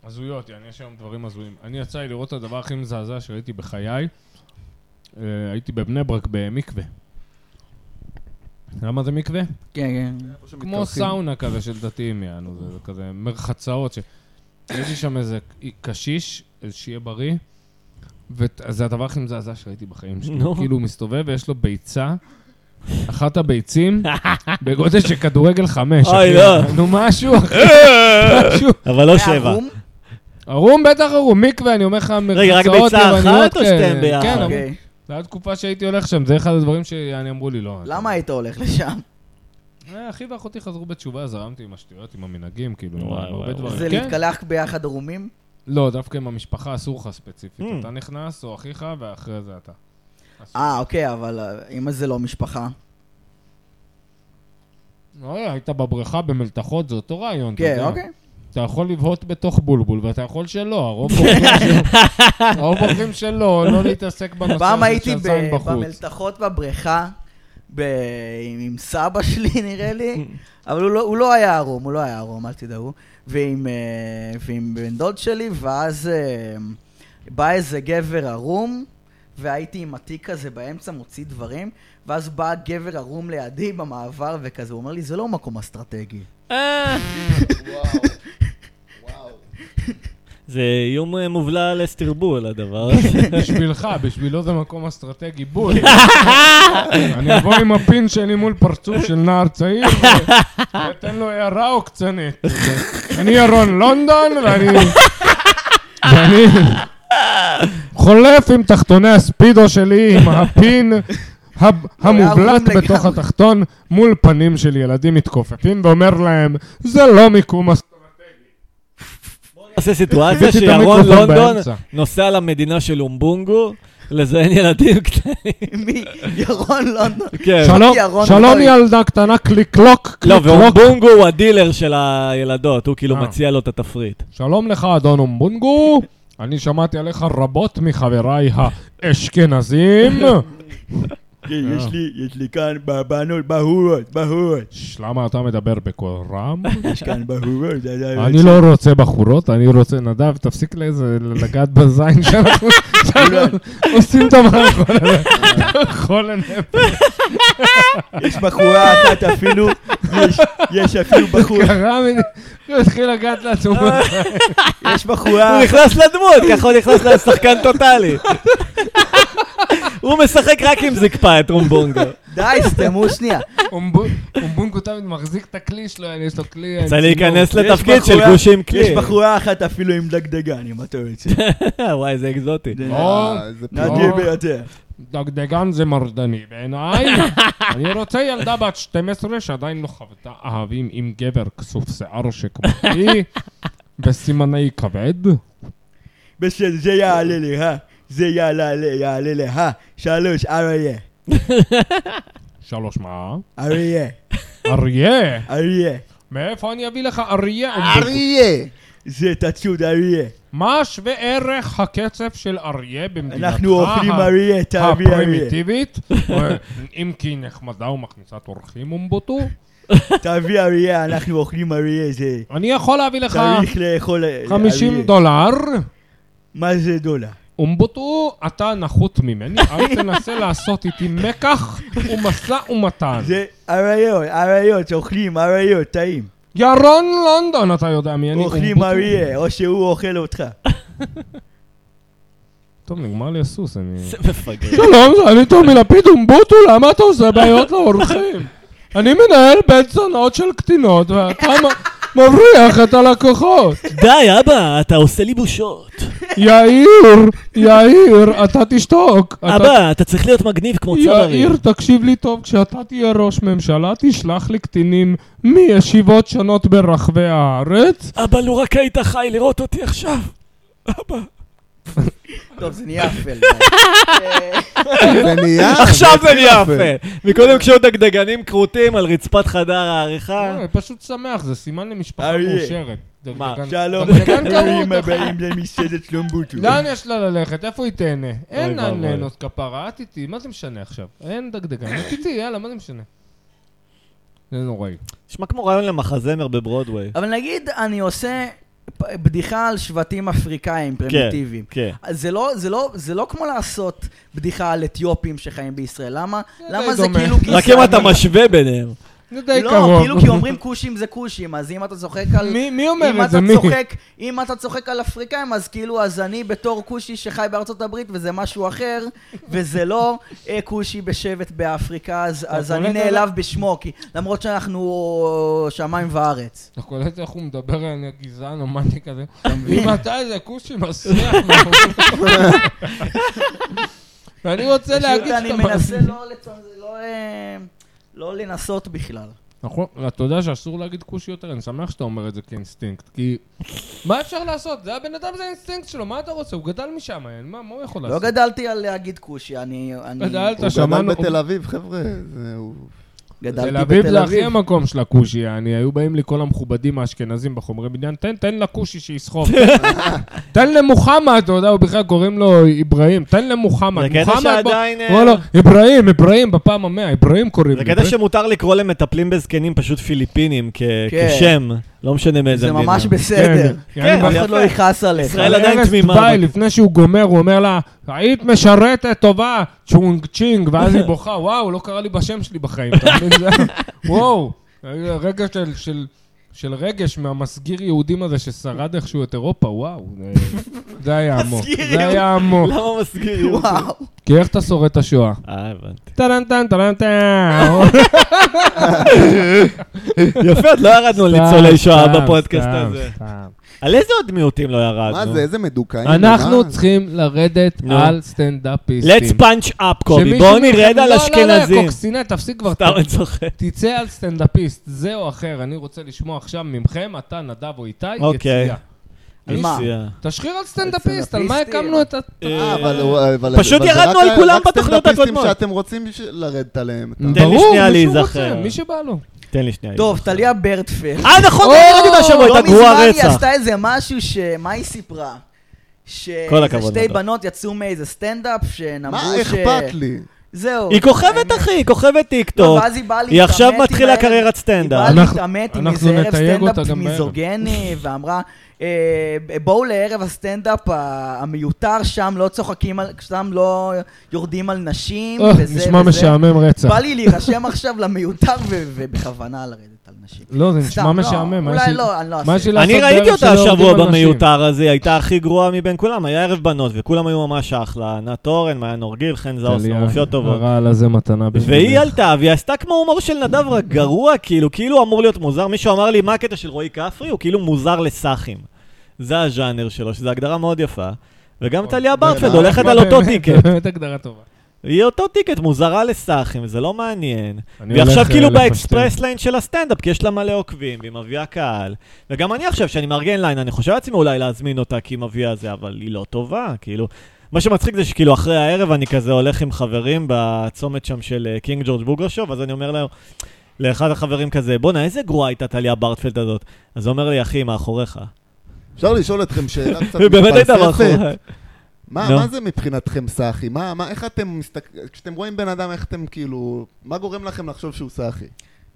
הזויות, יעני, יש היום דברים הזויים. אני יצא לי לראות את הדבר הכי מזעזע שראיתי בחיי. אה, הייתי בבני ברק במקווה. למה זה מקווה? כן, כן. איפה כמו שמתקלחים. סאונה כזה של דתיים, יענו, זה זה כזה מרחצאות. ש- ראיתי שם איזה קשיש, איזה שיהיה בריא, וזה הדבר הכי מזעזע שראיתי בחיים שלי. נו. כאילו, הוא מסתובב ויש לו ביצה אחת הביצים בגודל של כדורגל חמש. אוי, אחי. לא. נו, משהו, אחי, משהו. אבל לא היה שבע. ערום? ערום בטח ערום, מקווה, אני אומר לך, רגע, רק מרצוצות ביצה אחת יווניות או כאלה. שתיהן ביחד? כן, אמרו- אוקיי. זו הייתה תקופה שהייתי הולך שם, זה אחד הדברים שיעני אמרו לי, לא. למה היית הולך לשם? אה, אחי ואחותי חזרו בתשובה, זרמתי עם השטויות, עם המנהגים, כאילו, עם וואי, וואי, הרבה וואי. דברים. זה כן. להתקלח ביחד ערומים? לא, דווקא עם המשפחה אסור לך ספציפית. Mm. אתה נכנס, או אחיך, ואחרי זה אתה. אה, אוקיי, אבל אה, אם זה לא משפחה. לא, היית בבריכה במלתחות, זה אותו רעיון, אתה כן, יודע. אוקיי. אתה יכול לבהות בתוך בולבול, ואתה יכול שלא, הרוב בוחרים שלא, הרוב בוחרים שלא, לא להתעסק בנושא פעם הזה הייתי של ב- זין בחוץ. במלתחות בבריכה, ב- עם עם סבא שלי נראה לי, אבל הוא לא- הוא לא היה ערום, הוא לא היה ערום, אל תדאגו, ועם אה, ועם בן דוד שלי, ואז אה, בא איזה גבר ערום. והייתי עם התיק הזה באמצע, מוציא דברים, ואז בא גבר ערום לידי במעבר וכזה, הוא אומר לי, זה לא מקום אסטרטגי. זה איום אה, מובלע לסטרבול, הדבר הזה. בשבילך, בשבילו זה מקום אסטרטגי בול. אני אבוא עם הפין שלי מול פרצוף של נער צעיר, ו- ואתן לו הערה עוקצנית. אני ירון לונדון, ואני... ואני חולף עם תחתוני הספידו שלי, עם הפין. הב- המובלט ערום בתוך לגמרי. התחתון מול פנים של ילדים מתכופפים ואומר להם זה לא מיקום אס... עושה סיטואציה הבאתי את שירון המיקרופון לונדון באמצע. נוסע למדינה של אומבונגו לזיין ילדים קטנים. מי? ירון לונדון. כן. שלום, ירון שלום לונדון." ילדה קטנה קליקלוק, לא, קליקלוק. ואומבונגו הוא הדילר של הילדות, הוא כאילו אה. מציע לו את התפריט. שלום לך, אדון אומבונגו. אני שמעתי עליך רבות מחבריי האשכנזים. כן, אה. יש לי, יש לי כאן בבנות, בהורות, בהורות. ש, למה אתה מדבר בקול רם? יש כאן בהורות. אני לא רוצה בחורות, אני רוצה... נדב, תפסיק לזה- לגעת בזין שאנחנו שאנחנו עושים את המערכון הזה. חול הנפש יש בחורה אחת אפילו, יש- יש אפילו בחורה, קרה, מ- הוא התחיל לגעת לעצמו. אה. יש בחורה, הוא נכנס לדמות, ככה הוא נכנס לשחקן טוטאלי. הוא משחק רק עם זקפה את אומבונגו. די, סתמו שנייה. אומבו- אומבונגו תמיד מחזיק את הכלי שלו, יש לו כלי... רוצה צינור. להיכנס יש לתפקיד של בחורה- גוש עם כן. יש כלי. בחורה אחת אפילו עם דגדגן, אם אתה רוצה. אה, וואי, זה אקזוטי. זה או, אה, איזה נדיר לא. ביותר. דגדגן זה מרדני בעיניי. אני רוצה ילדה בת 12 שעדיין לא חוותה אהבים עם גבר כסוף שיער שכמותי, בסימני כבד. בסדר, זה יעלה לי, אה? זה יעלה לי, יעלה לי, אה? שלוש, אריה. שלוש מה? אריה. אריה! אריה. מאיפה אני אביא לך אריה? אריה. זה תצוד אריה. מה שווה ערך הכסף של אריה במדינתך? אנחנו אוכלים ה- אריה, תאבי אריה. הפרימיטיבית, אם כי היא נחמדה ומכניסת אורחים ומבוטו. תביא אריה, אנחנו אוכלים אריה, זה... אני יכול להביא לך צריך לאכול אה, 50 אריה. דולר. מה זה דולר? אומבוטו, אתה נחות ממני, אל תנסה לעשות איתי מקח ומשא ומתן. זה אריות, אריות, אוכלים אריות, טעים. ירון לונדון, אתה יודע מי אני אוכלים אריה, או שהוא אוכל אותך. טוב, נגמר לי הסוס, אני... זה מפגר. שלום, אני טומי לפיד אומבוטו, למה אתה עושה בעיות לאורחים? אני מנהל בית זונות של קטינות, ואתה מ- מבריח את הלקוחות. די, אבא, אתה עושה לי בושות. יאיר, יאיר, אתה תשתוק. אתה אבא, אתה צריך להיות מגניב כמו צברים. יאיר, תקשיב לי טוב, כשאתה תהיה ראש ממשלה, תשלח לי קטינים מישיבות שונות ברחבי הארץ. אבא, לו רק היית חי לראות אותי עכשיו. אבא. טוב, זה נהיה אפל. אה, זה נהיה... אה, עכשיו זה נהיה יפה. יפה. מקודם כשהיו דגדגנים כרותים על רצפת חדר העריכה. אה, פשוט שמח, זה סימן למשפחה אריה. מאושרת. מה? דגדגן- אה, שלום, דגדגן חברים כרות, הבאים למסעדת שלומבוטו. לאן יש לה ללכת? איפה היא תהנה? אין לאן ואבוי. ליהנות כפרה, את איתי, מה זה משנה עכשיו? אין דגדגן, את איתי, יאללה, מה זה משנה? זה נוראי. נשמע כמו רעיון למחזמר בברודוויי. אבל נגיד, אני עושה פ- בדיחה על שבטים אפריקאים פרימיטיביים. כן. אז זה לא, זה, לא, זה לא כמו לעשות בדיחה על אתיופים שחיים בישראל, למה? זה למה די זה דומה. כאילו רק אם אתה משווה ביניהם. זה די לא, קרוב. כאילו כי אומרים כושים זה כושים, אז אם אתה צוחק על... מי- מי אם אומר את אתה זה? מי? צוחק, אם אתה צוחק על אפריקאים, אז כאילו, אז אני בתור כושי שחי בארצות הברית, וזה משהו אחר, וזה לא אה, כושי בשבט באפריקה, אז, אז קולט אני על- נעלב בשמו, כי למרות שאנחנו שמיים וארץ. אתה קולט לא איך הוא מדבר על הגזען הומני כזה? מבין? ממתי איזה כושי מסריח? ואני רוצה פשוט להגיד אני שאתה... מנסה לא לצ- לא, אה, לא לנסות בכלל. נכון, אתה יודע שאסור להגיד כושי יותר, אני שמח שאתה אומר את זה כאינסטינקט, כי... מה אפשר לעשות? זה הבן אדם, זה האינסטינקט שלו, מה אתה רוצה? הוא גדל משם, אין, מה מה הוא יכול לא לעשות? גדלתי על להגיד כושי, אני... לא אני- גדלת, הוא גדל שמענו- בתל אביב, חבר'ה. זה- הוא- גדלתי תל אביב זה הכי המקום של הכושי, יעני, היו באים לי כל המכובדים האשכנזים בחומרי בניין, תן, תן לכושי שיסחוב. תן למוחמד, אתה יודע, הוא בכלל קוראים לו אברהים, תן למוחמד. זה קטע מוחמד בא- שעדיין, אה, וואלה, אברהים, אברהים, בפעם המאה, אברהים קוראים זה לי. קטע שמותר לקרוא למטפלים בזקנים פשוט פיליפינים כ- כן. כשם, לא משנה מאיזה זה כן, מדינה. ממש בסדר. כן, אף אחד יפה. לא יכעס עליך. ישראל עדיין ארז תמימה, טוואי, אבל- לפני שהוא גומר, הוא אומר לה, היית משרתת טובה, צ'ונג צ'ינג, ואז היא בוכה, וואו, לא קרא לי בשם שלי בחיים, אתה מבין? זה- וואו, רגע של- של... של רגש מהמסגיר יהודים הזה ששרד איכשהו את אירופה, וואו. זה- זה היה עמוק, מסגיר זה היה עמוק. למה לא מסגיר יהודי? וואו. כי איך אתה שורד את השואה? אה, הבנתי. טרן טרן טרן טרן. יפה, עוד לא ירדנו לניצולי שואה סתם, בפודקאסט סתם, הזה. סתם. על איזה עוד מיעוטים לא מה ירדנו? זה, איזה מדוכאים? אנחנו מה? צריכים לרדת נו. על סטנדאפיסטים. let's punch up, קובי. שמישהו בואו מכם- נרד על לא, לא, לא, אשכנזים. קוקסינט, תפסיק כבר. סתם, אני צוחק. תצא על סטנדאפיסט, זה או אחר, אני רוצה לשמוע עכשיו ממכם, אתה, נדב או איתי, אוקיי. יציאה. על מה? יציאה. תשחיר על על סטנדאפיסט, על מה סטנדאפיסטים. הקמנו את ה... אה, אבל הוא- אבל- פשוט אבל זה ירדנו רק- על כולם רק בתוכניות סטנדאפיסטים הקודמות. שאתם רוצים ש- לרדת עליהם. אתה- לי שנייה מי שהוא להיזכר. אה, רוצה, מי שבא לו. תן לי שנייה. טוב, טליה ברטפל. אה, נכון, ראיתי אותה שבוע, לא הייתה מזמן גרועה היא רצח. עשתה איזה משהו ש... מה היא סיפרה? כל הכבוד, ששתי נדב. בנות יצאו מאיזה סטנדאפ, שהן אמרו מה ש... אכפת לי? זהו. היא כוכבת, אחי, היא כוכבת לא, טיקטוק. ואז היא באה להתעמת היא עכשיו עם מתחילה הערב- קריירת היא סטנדאפ. בעל- באה אנחנו- להתעמת עם אנחנו איזה ערב נתייג אותה סטנדאפ גם בערב. מיזוגני, ואמרה, אה, בואו לערב הסטנדאפ ה- המיותר, שם לא צוחקים, על- שם לא יורדים על נשים, אה, וזה נשמע וזה. משעמם רצח. בא לי להירשם עכשיו למיותר, ו- ובכוונה לרדת על נשים. לא, זה סתם, נשמע לא, משעמם. מה אולי יש- לא, אני לא מה אעשה. יש לי לעשות אני ראיתי בערב אותה שלא השבוע עובדים על נשים? במיותר הזה, היא הייתה הכי גרועה מבין כולם, היה ערב בנות, וכולם היו ממש אחלה, ענת אורן, מעיין אורגיל, חן זאוסר, טליה, רופיות לא, טובות. הרעל הזה מתנה בשבילי. והיא עלתה, והיא עשתה כמו הומור של נדב, רק גרוע, כאילו, כאילו אמור להיות מוזר. מישהו אמר לי, מה הקטע של רועי כפרי? הוא כאילו מוזר לסאחים. זה הז'אנר שלו, שזו הגדרה מאוד יפה. וגם טליה ברטפלד מה, הולכת אוקיי. אה, מה, על אותו באמת, טיקט. באמת הגדרה טובה. היא אותו טיקט, מוזרה לסאחים, זה לא מעניין. אני והיא עכשיו הולך, אה, כאילו לפשטן. באקספרס ליין של הסטנדאפ, כי יש לה מלא עוקבים, והיא מביאה קהל. וגם אני עכשיו, שאני מארגן ליין, אני חושב לעצמי אולי להזמין אותה כי היא מביאה זה, אבל היא לא טובה, כאילו. מה שמצחיק זה שכאילו אחרי הערב אני כזה הולך עם חברים בצומת שם של אה, קינג ג'ורג' בוגרשוב, אז אני אומר לו, לאחד החברים כזה, בואנה, איזה גרועה הייתה טליה ברטפלד הזאת. אז הוא אומר לי, אחי, מאחוריך. אפשר לשאול אתכם שאלה קצת היא באמת הייתה מתפלספת. מאחוריי. מה, נו. מה זה מבחינתכם סאחי? מה, מה, איך אתם מסתכלים, כשאתם רואים בן אדם, איך אתם כאילו, מה גורם לכם לחשוב שהוא סאחי?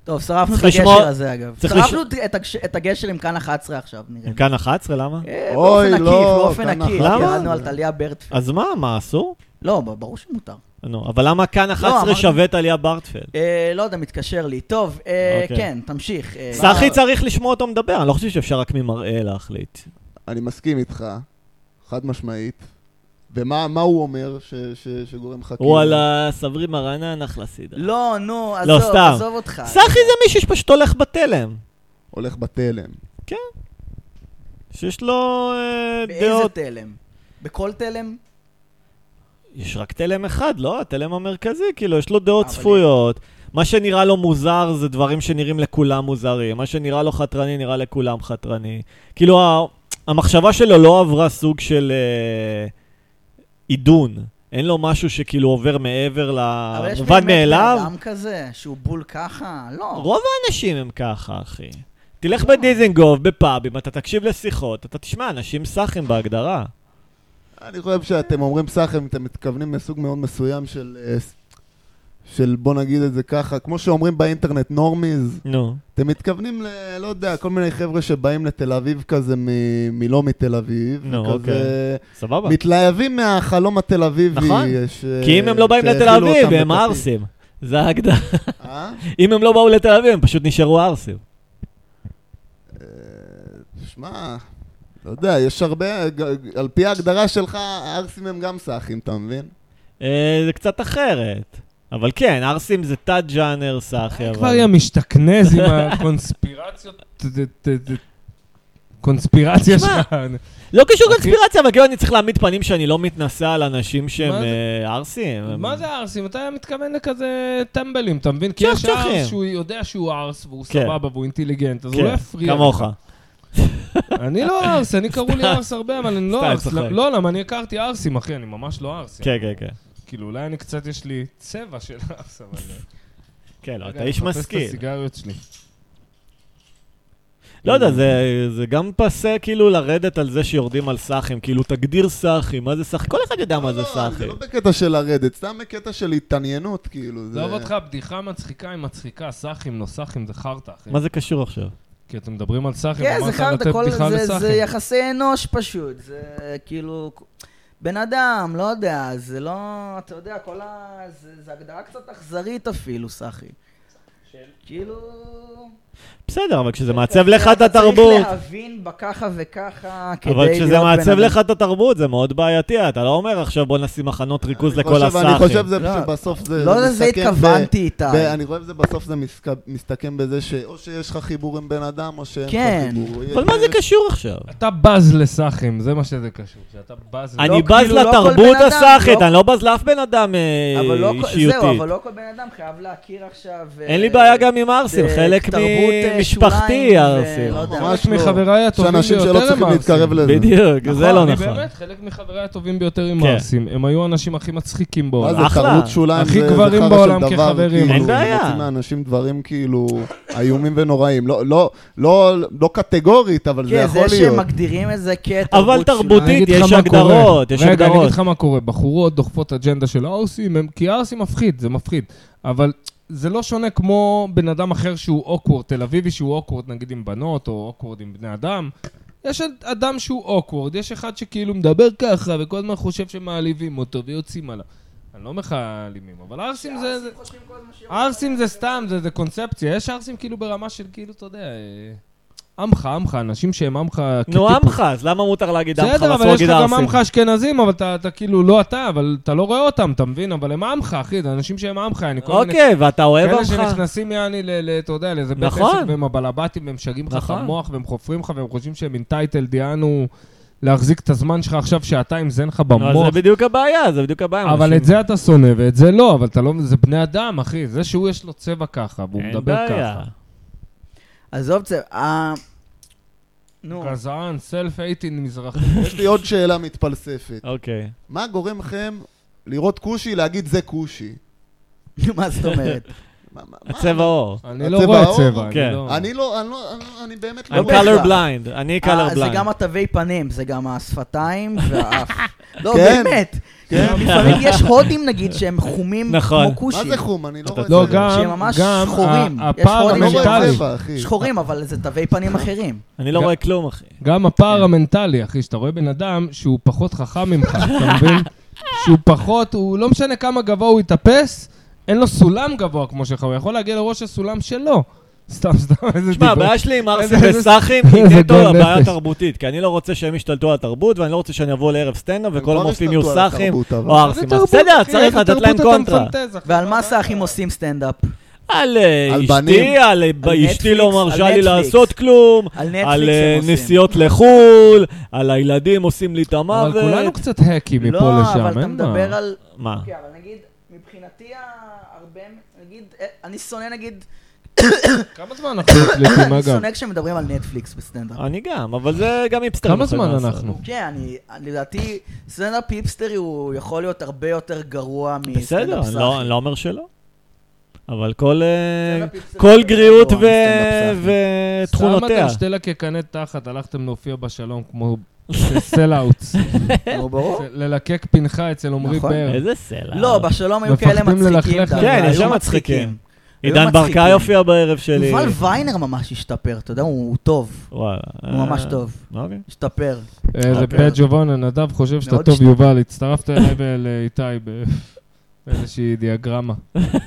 טוב, שרפנו את צריך לשמור- הגשר הזה, אגב. צריך שרפנו את הגש- את הגשר עם כאן 11 עכשיו, נראה. כן. עם כאן 11, למה? אה, באופן אוי, עקיף, לא, באופן כאן עקיף. 11. ירדנו על טליה ברטפלד. אז מה, מה, אסור? לא, ב- ברור שמותר. נו, אבל למה לא, כאן 11 אמרתי- שווה טליה ברטפלד? אה, לא יודע, מתקשר לי. טוב, אה, אוקיי. כן, תמשיך. אה, סחי צריך לשמוע אותו מדבר, אני לא חושב שאפשר רק ממראה להחליט. אוקיי. אני מסכים איתך, חד משמעית. ומה מה הוא אומר ש, ש, שגורם לך כאילו? וואלה, סברי מרנן, אחלה סידר. לא, נו, לא, עזוב, סתם. עזוב אותך. סחי זה מישהו שפשוט הולך בתלם, כאילו הולך בתלם. שיש לו אה, באיזה דעות. תלם? בכל תלם? יש רק תלם אחד, לא? התלם המרכזי, כאילו, יש לו דעות אבל- צפויות. מה שנראה לו מוזר זה דברים שנראים לכולם מוזרים. מה שנראה לו חתרני, נראה לכולם חתרני. כאילו, ה- המחשבה שלו לא עברה סוג של אה, עידון. אין לו משהו שכאילו עובר מעבר אבל יש למובן באמת בן מאליו. אדם כזה, שהוא בול ככה? לא. רוב האנשים הם ככה, אחי. תלך בדיזינגוף, בפאבים, אתה תקשיב לשיחות, אתה תשמע, אנשים סאחים בהגדרה. אני חושב שאתם אומרים סאחם, אתם מתכוונים לסוג מאוד מסוים של, אה, ס- של בוא נגיד את זה ככה, כמו שאומרים באינטרנט נורמיז, נו. אתם מתכוונים ל... לא יודע, כל מיני חבר'ה שבאים לתל אביב כזה מ, מלא מתל אביב. נו, וכזה- אוקיי. סבבה. מתלהבים מהחלום התל אביבי. נכון. אה, ש- כי אם הם לא באים לתל שהאכילו אביב, אותם הם בכפית. ערסים. זה ההגדרה. אה? אם הם לא באו לתל אביב, הם פשוט נשארו ערסים. אה, שמע, לא יודע, יש הרבה, ג- על פי ההגדרה שלך, הערסים הם גם סאחים, אתה מבין? אה, זה קצת אחרת. אבל כן, ערסים זה תת-ג'אנר סאחי, אה, כבר אבל... היה משתכנז עם הקונספירציות, ת- ת- ת- קונספירציה תשמע, שלך. לא קשור קונספירציה, אבל כאילו אני צריך להעמיד פנים שאני לא מתנשא על אנשים שהם אוקיי. מה זה? אה, ערסים. הם- מה זה ערסים? אתה מתכוון לכזה טמבלים, אתה מבין? כי יש צ'חצ'חים. ערס שהוא יודע שהוא ערס והוא כן. סבבה והוא אינטליגנט, אז הוא לא כן, יפריע. כמוך. אני לא ערס, אני קראו לי ערס הרבה, אבל אני סתם, לא ערס. צוחק. לא, למה אני הכרתי ערסים, אחי, אני ממש לא ערס. כן, כן, כן. כאילו, אולי אני קצת, יש לי צבע של ערס, אבל... כן, לא, רגע, אתה איש אני מחפש את משכיל. הסיגריות שלי. לא יודע, זה- זה גם פסה כאילו לרדת על זה שיורדים על סאחים. כאילו, תגדיר סאחים, מה זה סאחים? כל אחד יודע מה זה לא, זה סאחים. לא בקטע של לרדת, סתם בקטע של התעניינות, כאילו. עזוב אותך, בדיחה מצחיקה היא מצחיקה, סאחים, לא סאחים, זה חרטא, אחי. מה זה קשור עכשיו? כי אתם מדברים על סאחים, כן, זה אמרת חרטא, לתת כל בדיחה זה, זה לסאחים. יחסי אנוש פשוט, זה כאילו... בן אדם, לא יודע, זה לא... אתה יודע, כל ה... זה, זה הגדרה קצת אכזרית אפילו, סחי. כאילו... בסדר, אבל כשזה מעצב לך את כן, אתה התרבות, צריך להבין בככה וככה כדי להיות בן אבל אדם. כשזה מעצב לך את התרבות, זה מאוד בעייתי. אתה לא אומר עכשיו בוא נשים מחנות ריכוז לכל הסאחים. אני חושב זה- לא. שבסוף זה... לא לזה מסתכם ב- התכוונתי איתה. ב- אני חושב שבסוף זה מסק- מסתכם בזה שאו שיש לך חיבור עם בן אדם, או שאין כן. לך חיבור. אבל מה זה קשור עכשיו? אתה בז לסאחים, זה מה שזה קשור. שאתה בז לסאחים. אני כאילו, בז לא כל לתרבות בן אדם, הסאחית, לא- אני לא בז לאף בן אדם אה, אבל לא כל- זהו, אישיותית. אבל לא כל בן אדם חייב להכיר עכשיו... אין לי אה, בעיה גם עם ערסים, אה, חלק תרבות, אה, שוליים, ממשפחתי ערסים. ולא יודע. ממש חלק מחבריי הטובים שאנשים ביותר שלא צריכים הם ערסים. להתקרב לזה. בדיוק, זה לא אני נכון. באמת, חלק מחבריי הטובים ביותר עם כן. ערסים. הם היו האנשים הכי מצחיקים מה בעולם. זה, אחלה. תרבות שוליים הכי זה גברים זכר של בעולם דבר, כחברים. כאילו, אין בעיה. מוצאים מאנשים דברים כאילו איומים ונוראים. לא- לא- לא לא קטגורית, אבל זה כן, יכול זה להיות. שהם מגדירים את זה כתרבות אבל תרבותית אני אגיד יש לך מה הגדרות, קורה. יש רגע, אני הגדרות. אגיד לך מה קורה. בחורות דוחפות אג'נדה של הערסים, הם- כי הערסים מפחיד, זה מפחיד. אבל זה לא שונה כמו בן אדם אחר שהוא אוקוורד, תל אביבי שהוא אוקוורד נגיד עם בנות, או אוקוורד עם בני אדם. יש אדם שהוא אוקוורד, יש אחד שכאילו מדבר ככה, וכל הזמן חושב שמעליבים אותו, ויוצאים עליו. אני לא אומר לך אלימים, אבל ערסים זה... זה- ערסים זה סתם, זה, זה קונספציה. יש ערסים כאילו ברמה של כאילו, אתה יודע... אה, עמך, עמך, אנשים שהם עמך... נו, כטיפוס. עמך, אז למה מותר להגיד עמך בסדר, ואסור אבל יש לך להגיד גם עמך ערסים? אשכנזים, אבל אתה אתה כאילו, לא אתה, אבל אתה לא רואה אותם, אתה מבין? אבל הם עמך, אחי, זה אנשים שהם עמך, אני כל מיני... אוקיי, ואתה אוהב כאלה עמך? שנכנסים יעני, ל- ל- אתה יודע, לאיזה בית נכון. עסק, והם הבלבטים, והם משגעים לך את נכון. המוח, והם חופרים לך, והם חושבים שהם אינטייטלד, יענו, להחזיק את הזמן שלך עכשיו שעתיים, לא, זה אין לך נו, אז במוח. זה בדיוק הבעיה, זה בדיוק הבעיה. אבל אנשים- את זה אתה שונא ואת זה לא, אבל אתה לא... זה בני אדם, אחי. זה שהוא יש לו צבע ככה, והוא אין מדבר בעיה. ככה. עזוב את זה, אה... נו, גזען, סלף אייטין מזרחי. יש לי עוד שאלה מתפלספת. אוקיי. מה גורם לכם לראות כושי, להגיד זה כושי? מה זאת אומרת? מה- מה- מה- הצבע עור. אני לא הצבע רואה האור? צבע, כן. אני לא... אני לא, אני לא, אני לא- אני באמת לא... I'm בהכרח. color blind, אני color אה, זה גם blind. התווי פנים, זה גם השפתיים והאף. לא, כן. באמת. כן? לפעמים יש הודים נגיד שהם חומים נכון. כמו מה כושים. זה חום? אני לא אתה- רואה לא, צבע. גם, שהם ממש גם, שחורים. ה- יש הפער אני חורים לא רואה המנטלי, צבע, אחי. שחורים, אבל זה תווי פנים אחרים. אני לא גם- רואה כלום, אחי. גם הפער המנטלי, אחי, שאתה רואה בן אדם שהוא פחות חכם ממך, אתה מבין? שהוא פחות, הוא לא משנה כמה גבוה הוא יתאפס, אין לו סולם גבוה כמו שלך, הוא יכול להגיע לראש הסולם שלו. סתם, סתם, איזה תשמע, דיבור. הבעיה שלי עם ארסים איזה- איזה- וסאחים היא איזה נטו גועל הבעיה נפש. תרבותית, כי אני לא רוצה שהם ישתלטו על התרבות, ואני לא רוצה שאני אבוא לערב סטנדאפ וכל כבר המופיעים יהיו השתלטו על סאחים התרבות, אבל. או ארסים. איזה אז תרבות, בסדר, אחי, צריך איזה לתת להם תרבות אתה קונטרה. מפנטז, אחי. ועל אה, מה סאחים עושים סטנדאפ? על אה, על אשתי, בנים. על אה, ב- אשתי נטפליקס, לא מרשה על לי נטפליקס. לעשות כלום, על על נטפליקס אה, הם עושים. נסיעות לחו"ל, על הילדים עושים לי את אבל המוות. כולנו קצת האקים מפה לשם, אין מה. לא, אבל אתה מדבר על... מה? אוקיי, אבל נגיד, מבחינתי הרבה... נגיד, אה, אני שונא נגיד... כמה זמן אנחנו מקליטים, אני אגב? שונא כשמדברים על נטפליקס בסטנדאפ. אני גם, אבל זה גם היפסטרים. כמה יכולים זמן לעשות. אנחנו? כן, אני, אני- לדעתי, סטנדאפ היפסטרי הוא יכול להיות הרבה יותר גרוע מסטנדאפ סאחי. בסדר, אני לא- אני לא אומר שלא. אבל כל אה, סטנדאפ היפסטרי כל יותר גריעות גרוע מסטנדאפ ו- סאחי. ותכונותיה. סתם אתם שתי לקקני תחת, הלכתם להופיע בשלום כמו סלאוטס. נו, ברור. ללקק פנחה אצל עמרי נכון. באר. איזה סלע. לא, בשלום היו כאלה מפחדים מצחיקים. ללכלך. דווקא, כן, היו יש שם מצחיקים. עידן ברקאי מצחיקים. הופיע בערב שלי. יובל ויינר ממש השתפר, אתה יודע, הוא הוא טוב. וואלה. הוא ממש אה, טוב. אוקיי. השתפר. אה, זה אוקיי. פג'ו וונה, נדב חושב שאתה מאוד טוב, השתפר. יובל, הצטרפת אליי ולאיתי אה, ב- איזושהי דיאגרמה. אה,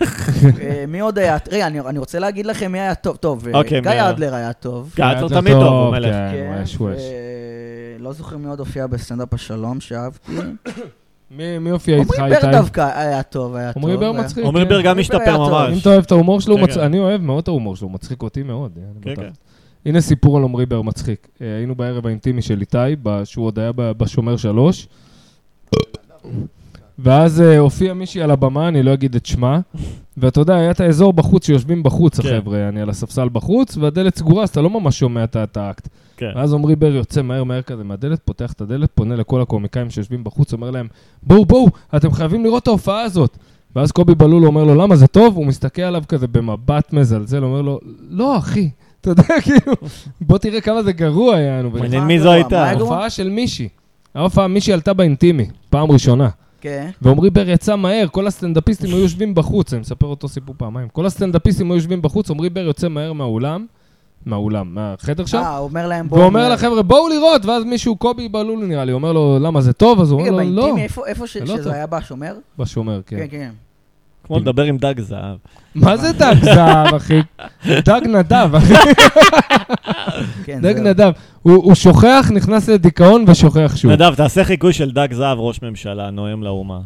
מי עוד היה... רגע, אני אני רוצה להגיד לכם מי היה טוב. טוב, אה, אוקיי, גיא מי היה? אדלר היה טוב. גאצר תמיד טוב, הוא מלך. כן, הוא היה שוואש. ו- לא זוכר מי עוד הופיע בסטנדאפ השלום שאהבתי. מי מי הופיע איתך עמרי בר איתי? דווקא היה טוב, היה טוב. עמרי בר היה- מצחיק. עמרי כן. בר גם עמרי בר היה השתפר טוב. אם ממש. אתה אוהב את ההומור שלו, הוא כן, מצ- כן. אני אוהב מאוד את ההומור שלו, הוא מצחיק אותי מאוד. אני כן, בטוח. כן. הנה סיפור על עמרי בר מצחיק. אה, היינו בערב האינטימי של איתי, ב- שהוא עוד היה ב- בשומר שלוש. ואז אה, הופיעה מישהי על הבמה, אני לא אגיד את שמה, ואתה יודע, היה את האזור בחוץ שיושבים בחוץ, כן. החבר'ה, אני על הספסל בחוץ, והדלת סגורה, אז אתה לא ממש שומע את ה- את האקט. כן. ואז עמרי בר יוצא מהר מהר כזה מהדלת, פותח את הדלת, פונה לכל הקומיקאים שיושבים בחוץ, אומר להם, בואו, בואו, אתם חייבים לראות את ההופעה הזאת. ואז קובי בלול אומר לו, למה זה טוב? הוא מסתכל עליו כזה במבט מזלזל, אומר לו, לא, אחי, אתה יודע, כאילו, בוא תראה כמה זה גרוע היה לנו. מעניין מי זו הייתה. מה היה גרוע? הופעה של מישהי. ההופעה, מישהי עלתה באינטימי, פעם ראשונה. כן. ועמרי בר יצא מהר, כל הסטנדאפיסטים היו יושבים בחוץ, אני מספר אותו סיפור פעמיים. כל הסטנדאפיסטים היו יושבים בחוץ, עמרי בר יוצא מהר מהאולם, מהאולם, מהחדר שם, אה, הוא אומר להם בואו... ואומר לחבר'ה, בואו לראות, ואז מישהו, קובי בלול נראה לי, אומר לו, למה זה טוב? אז הוא רגע, אומר לו, לא, באינטימי, איפה- איפה ש- זה לא טוב. שזה היה בשומר? בשומר, כן. כן, כן. כמו לדבר עם דג זהב. מה זה דג זהב, אחי? דג נדב, אחי, כן, דג זה- נדב. הוא הוא שוכח, נכנס לדיכאון ושוכח שוב. נדב, תעשה חיקוי של דג זהב, ראש ממשלה, נואם לאומה.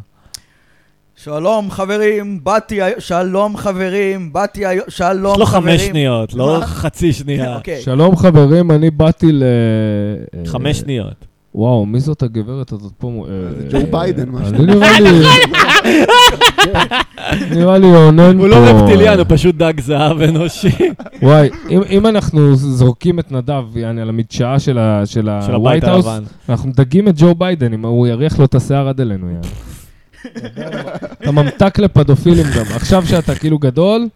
שלום חברים, באתי היום, שלום חברים, באתי היום, שלום יש לו לא חמש חברים. שניות, לא מה? חצי שנייה. אוקיי. שלום חברים, אני באתי ל... חמש אה, שניות. וואו, מי זאת הגברת הזאת פה? מו- אה, זה ג'ו אה, ביידן, מה אני שאתה- נראה לי... נראה לי אונן פה. הוא לא רפטיליאן, הוא פשוט דג זהב אנושי. וואי, אם- אם אנחנו זורקים את נדב, יעני, על המדשאה של ה- של של הבית ה-White House, הלבן. אנחנו מדגים את ג'ו ביידן, אם הוא יריח לו את השיער עד אלינו, יעני. אתה ממתק לפדופילים גם. עכשיו שאתה כאילו גדול,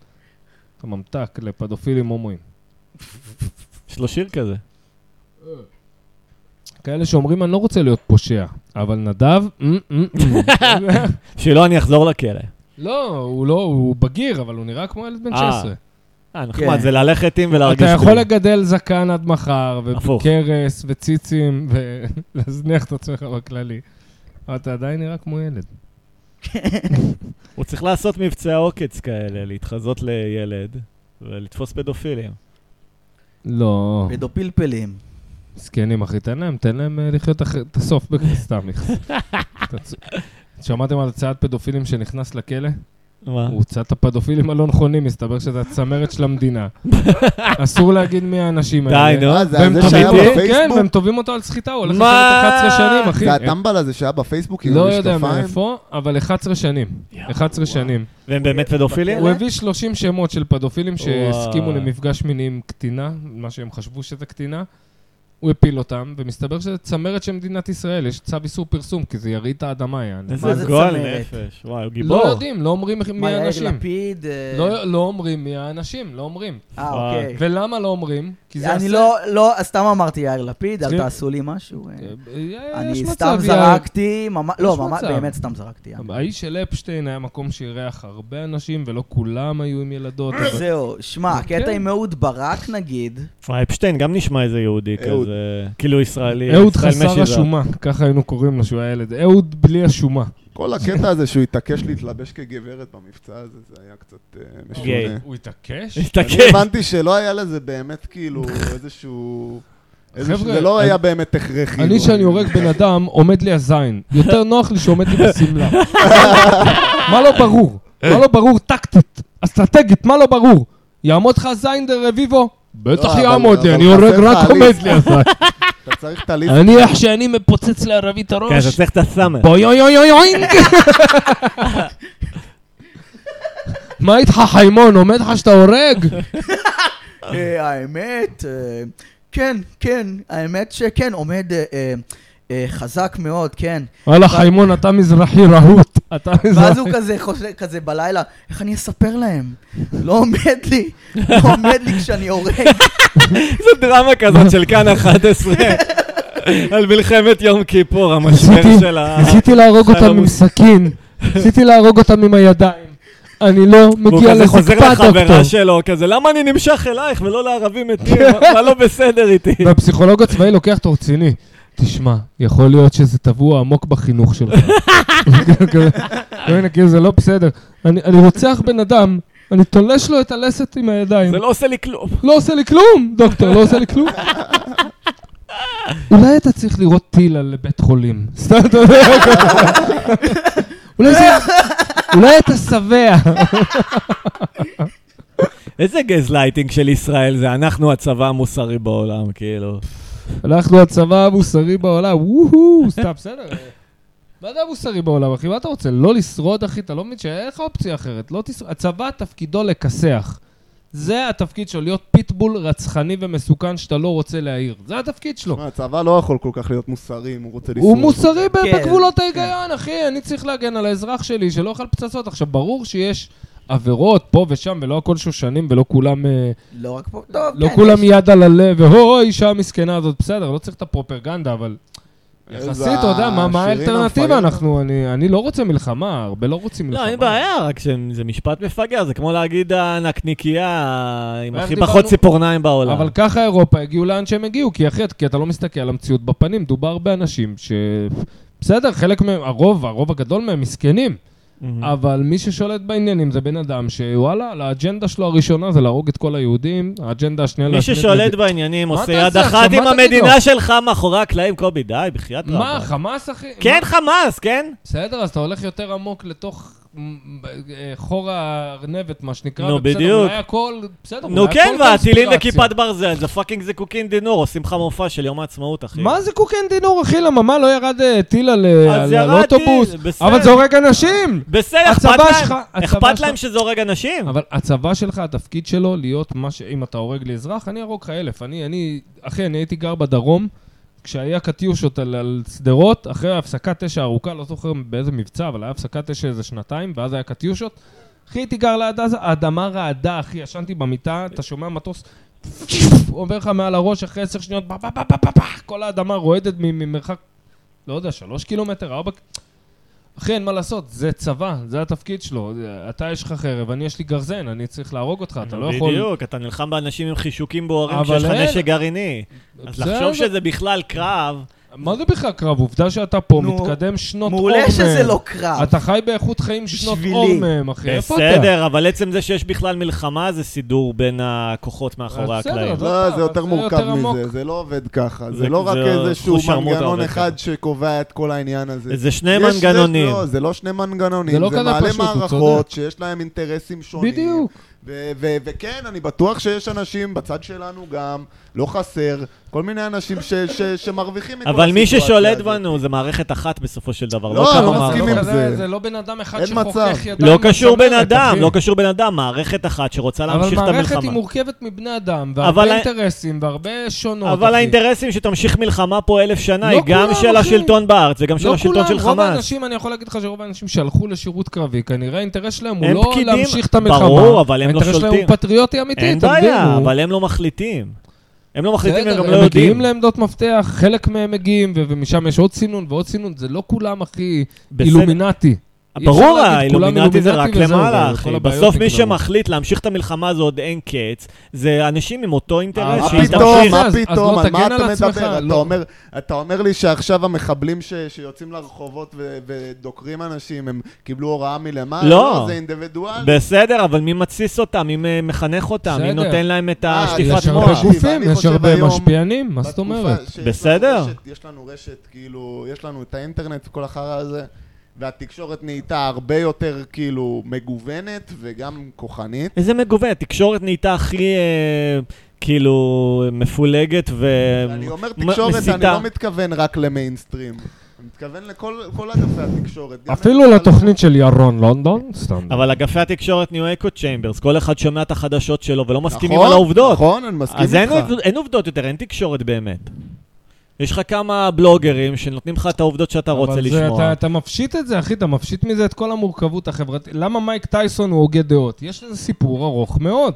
אתה ממתק לפדופילים הומואים. יש לו שיר כזה. כאלה שאומרים, אני לא רוצה להיות פושע, אבל נדב, אמ, אמ, אמ. שלא אני אחזור לכלא. לא, הוא לא, הוא בגיר, אבל הוא נראה כמו ילד בן אה, 16. אה, נחמד, כן. זה ללכת עם אתה ולהרגיש יכול בלי. לגדל זקן עד מחר, הפוך. וכרס, וציצים, ולהזניח את עצמך בכללי. אבל אתה עדיין נראה כמו ילד. הוא צריך לעשות מבצעי עוקץ כאלה, להתחזות לילד ולתפוס פדופילים. לא, פדופלפלים. זקנים, אחי, תן להם, תן להם אה, לחיות אח- את הסוף בקסטמיכס. שמעתם על הצעת פדופילים שנכנס לכלא? מה? הוא הוצא את הפדופילים הלא נכונים, מסתבר שזה הצמרת של המדינה. אסור להגיד מי האנשים האלה. די, נו. אה, זה והם זה שהיה תובעים- כן, בפייסבוק? והם תובעים אותו על סחיטה, הוא הולך מה? לשבת 11 שנים, אחי. זה הטמבל הזה שהיה בפייסבוק כאילו עם לא יודע המשקפיים? מאיפה, אבל 11 שנים. 11 שנים. והם באמת פדופילים? הוא הביא 30 שמות של פדופילים וואי. שהסכימו למפגש מיני עם קטינה, מה שהם חשבו שזה קטינה. הוא הפיל אותם, ומסתבר שזה צמרת של מדינת ישראל, יש צו איסור פרסום, כי זה ירעיד את האדמה, יעני. איזה מה זה גועל צמרת? נפש. וואי, הוא גיבור. לא יודעים, לא אומרים מי מה, יאיר האנשים. לפיד? אה, לא לא אומרים מי האנשים, לא אומרים. אה, אוקיי. ולמה לא אומרים? כי זה אני הסרט. לא, לא, אז סתם אמרתי יאיר לפיד, אל צריכים- תעשו לי משהו. אה. אה, יש אני מצב, סתם יאיר. זרקתי, ממש- לא, יש ממש- מצב. באמת סתם זרקתי. אה. האיש של אפשטיין היה מקום שאירח הרבה אנשים, ולא כולם היו עם אה, ילדות. אבל- זהו, שמע, הקטע כן. עם אהוד ברק נגיד, וואי, אפשטיין גם נשמע איזה יהודי אהוד. כזה. כאילו ישראלי. אהוד ישראל חסר משי זהב. השומה, ככה היינו קוראים לו שהוא היה ילד. אהוד בלי השומה. כל הקטע הזה שהוא התעקש להתלבש כגברת במבצע הזה, זה היה קצת אה, אוקיי. גיי. משונה. הוא התעקש? אני תסתכל. הבנתי שלא היה לזה באמת כאילו איזשהו... איזשהו- חבר'ה, זה לא אני- היה באמת הכרחי. אני, שאני הורג בן אדם, עומד לי הזין. יותר נוח לי שעומד לי בשמלה. מה לא ברור? מה לא ברור טקטית, אסטרטגית, מה לא ברור? יעמוד לך הזין דה רביבו? בטח לא, אבל- יעמוד לי, אבל אני חסר הורג לך רק עליף. עומד לי הזין. אתה צריך את הליסט. אני איך שאני מפוצץ לערבי את כן, אתה הראש. צריך את הסאמר. בואי אוי אוי אוי אוי. מה איתך חיימון, עומד לך שאתה הורג? אה, האמת, אה, כן, כן, האמת שכן, עומד אה, אה, אה, חזק מאוד, כן. וואלה חיימון, אתה מזרחי רהוט. אתה ואז מזרחי. הוא כזה חושב, כזה בלילה, איך אני אספר להם? לא עומד לי, לא עומד לי כשאני הורג. זו דרמה כזאת של כאן 11. על מלחמת יום כיפור, המשבר ניסיתי- של ה... ניסיתי להרוג לא אותם עם סכין, ניסיתי להרוג אותם עם הידיים. אני לא והוא מגיע כזה חוזר לחוצפה, דוקטור. לחברה שלו, כזה, למה אני נמשך אלייך ולא לערבים מתים? מה לא בסדר איתי? והפסיכולוג הצבאי לוקח אותו רציני. תשמע, יכול להיות שזה טבוע עמוק בחינוך שלך. כן, כאילו זה לא בסדר. אני אני רוצח בן אדם, אני תולש לו את הלסת עם הידיים. זה לא עושה לי כלום. לא עושה לי כלום, דוקטור, לא עושה לי כלום. אולי אתה צריך לראות טיל על בית חולים. סתם, אתה יודע. אולי זה- אולי אתה שבע. איזה גזלייטינג של ישראל זה, אנחנו הצבא המוסרי בעולם, כאילו. אנחנו הצבא המוסרי בעולם, וואו, סתם, בסדר. מה זה המוסרי בעולם, אחי? מה אתה רוצה? לא לשרוד, אחי? אתה לא מבין שאין לך אופציה אחרת. לא תשרוד. הצבא תפקידו לכסח. זה התפקיד שלו, להיות פיטבול רצחני ומסוכן שאתה לא רוצה להעיר. זה התפקיד שלו. מה, הצבא לא יכול כל כך להיות מוסרי אם הוא רוצה לשרוד. הוא מוסרי ב- כן, בגבולות כן. ההיגיון, אחי, אני צריך להגן על האזרח שלי שלא אוכל פצצות. עכשיו, ברור שיש עבירות פה ושם, ולא הכל שושנים, ולא כולם... אה, לא רק פה, טוב, לא כן, כולם יש- יד על הלב, והוא, האישה המסכנה הזאת, בסדר, לא צריך את הפרופרגנדה, אבל... איזה יחסית, אתה יודע, מה- מה השירים האלטרנטיבה? המפגרים. אנחנו, אני אני לא רוצה מלחמה, הרבה לא רוצים מלחמה. לא, אין בעיה, רק שזה משפט מפגר, זה כמו להגיד הנקניקייה עם איך הכי דיברנו? פחות ציפורניים בעולם. אבל ככה אירופה הגיעו לאן שהם הגיעו, כי אחרת, כי אתה לא מסתכל על המציאות בפנים. דובר באנשים ש... בסדר, חלק מהם, הרוב, הרוב הגדול מהם מסכנים, Mm. מהמם. אבל מי ששולט בעניינים זה בן אדם שוואלה, לאג'נדה שלו הראשונה זה להרוג את כל היהודים, האג'נדה השנייה... מי להשמיד ששולט מדינה. בעניינים מה עושה אתה יד עושה עכשיו? אחת מה תגיד עם לו? המדינה שלך מאחורי הקלעים, קובי, די, בחייאת רבאק. מה, חמאס אחי? כן, מה- חמאס, כן? בסדר, אז אתה הולך יותר עמוק לתוך מ, אה, חור הארנבת, מה שנקרא. נו, ובסדר, בדיוק. אולי הכל, בסדר, נו אולי כן, הכל והטילים קונספירציה. וכיפת ברזל, זה פאקינג זיקוקין דינור, עושים לך מופע של יום העצמאות, אחי. מה זה קוקן דינור, אחי? למה מה, לא ירד אה, טיל על אה, אז על- ירד על אוטובוס? טיל, בסדר. אבל זה הורג אנשים! בסדר, אכפת הצבא שלך- להם, הצבא אכפת שלך- להם שזה הורג אנשים. אבל הצבא שלך, התפקיד שלו להיות מה ש... אם אתה הורג לי אזרח, אני ארוג לך אלף. אני, אני... אחי, אני הייתי גר בדרום, כשהיה קטיושות על, על שדרות, אחרי הפסקת אש הארוכה, לא זוכר באיזה מבצע, אבל היה הפסקת אש איזה שנתיים, ואז היה קטיושות. אחי, הייתי גר ליד עזה, האדמה רעדה, אחי, ישנתי במיטה, אתה שומע מטוס עובר לך מעל הראש אחרי עשר שניות, פה, פה, פה, פה, פה, פה, כל האדמה רועדת מ- ממרחק, לא יודע, שלוש קילומטר, ארבע... אחי, אין מה לעשות, זה צבא, זה התפקיד שלו. זה- אתה יש לך חרב, אני יש לי גרזן, אני צריך להרוג אותך, אתה לא יכול... בדיוק, אתה נלחם באנשים עם חישוקים בוערים אבל כשיש לך אין. נשק גרעיני. אז בסדר. לחשוב שזה בכלל קרב, מה זה בכלל קרב? עובדה שאתה פה, נו, מתקדם שנות אור מהם. מעולה שזה לא קרב. אתה חי באיכות חיים שנות בשבילי. אור מהם, אחי. איפה אתה? בסדר, אבל עצם זה שיש בכלל מלחמה זה סידור בין הכוחות מאחורי בסדר, הקלעים. אז- לא, זה אבל יותר זה מורכב יותר עמוק. מזה, זה לא עובד ככה. זה- זה לא רק זה איזשהו חושרמוט מנגנון עובד אחד ככה. שקובע את כל העניין הזה. זה שני יש- זה- מנגנונים. לא, זה לא שני מנגנונים, זה זה לא כזה מעלה פשוט, הוא צודק. מערכות שיש להם אינטרסים שונים. בדיוק. ו- ו- וכן, אני בטוח שיש אנשים בצד שלנו גם, לא חסר, כל מיני אנשים ש- ש- שמרוויחים מכל אבל מי הסיטואציה ששולט לא הזאת. בנו זה מערכת אחת בסופו של דבר, לא, לא לא כמה מסכים מערכות. עם זה. זה לא בן אדם אחד אין מצב. שחוכך ידיים. לא קשור בן בצמרת, אדם, אחי. לא קשור בן אדם, מערכת אחת שרוצה אבל להמשיך את מערכת היא המלחמה. מורכבת מבני אדם, אבל והרבה ה- אינטרסים, והרבה שונות. אבל אחי. האינטרסים שתמשיך מלחמה פה אלף שנה לא היא גם כולם, של אחי. השלטון בארץ וגם של לא השלטון כולם, של רוב חמאס. האנשים, אני יכול להגיד לך שרוב האנשים שהלכו לשירות קרבי, כנראה האינטרס שלהם הוא הם לא פקידים, להמשיך את המלחמה. ברור, אבל הם לא האינטרס שלהם שולטים. הוא פטריוטי אמיתי, אין אתה מבין? בעיה, הוא- אבל הם לא מחליטים. הם לא מחליטים, הם בסדר, גם לא הם מגיעים יודעים. לעמדות מפתח, חלק מהם מגיעים, ו- ומשם יש עוד סינון ועוד סינון, זה לא כולם הכי בסדר. אילומינטי. ברור, אי אפשר להגיד, כולם האילומינטי זה רק אילומינטי וזהו, למעלה, אבל כל אחי. הבעיות בסוף מי נגמרו. שמחליט להמשיך את המלחמה הזו עוד אין קץ, זה אנשים עם אותו אינטרס אה, מה שהיא אז פתאום, אז- תמשיך. מה אז לא פתאום, על מה תגן על אתה עצמך, מדבר? אתה לא. אומר- אתה אומר לי שעכשיו המחבלים ש- שיוצאים לרחובות ו- ודוקרים אנשים, הם קיבלו הוראה מלמעלה? לא. זה אינדיבידואל. בסדר, אבל מי מתסיס אותם? מי מ- מחנך אותם? מי בסדר. נותן להם את אה, יש השטיפת שטיפת הרבה מוח? מוח. גופים, אני יש חושב הרבה היום- משפיענים, מה זאת בתקופה אומרת? שיש לנו בסדר. רשת- יש לנו רשת, כאילו, יש לנו את האינטרנט וכל החרא הזה, והתקשורת נהייתה הרבה יותר, כאילו, מגוונת וגם כוחנית. איזה מגווה, התקשורת נהייתה הכי, אה, כאילו, מפולגת ו... אני אומר אמ, מ- תקשורת, אני מסיתה. לא מתכוון רק למיינסטרים. אני מתכוון לכל כל אגפי התקשורת. גם אפילו למשל- לתוכנית של ירון לונדון, סתם. אבל אגפי התקשורת ניו אקו צ'יימברס, כל אחד שומע את החדשות שלו ולא מסכימים נכון, על העובדות. נכון, אני מסכים אז אין, איתך. עובד- אין עובדות יותר, אין תקשורת באמת. יש לך כמה בלוגרים שנותנים לך את העובדות שאתה רוצה אבל זה- לשמוע. אתה, אתה מפשיט את זה, אחי, אתה מפשיט מזה את כל המורכבות החברתית. למה מייק טייסון הוא הוגה דעות? יש לזה סיפור ארוך מאוד.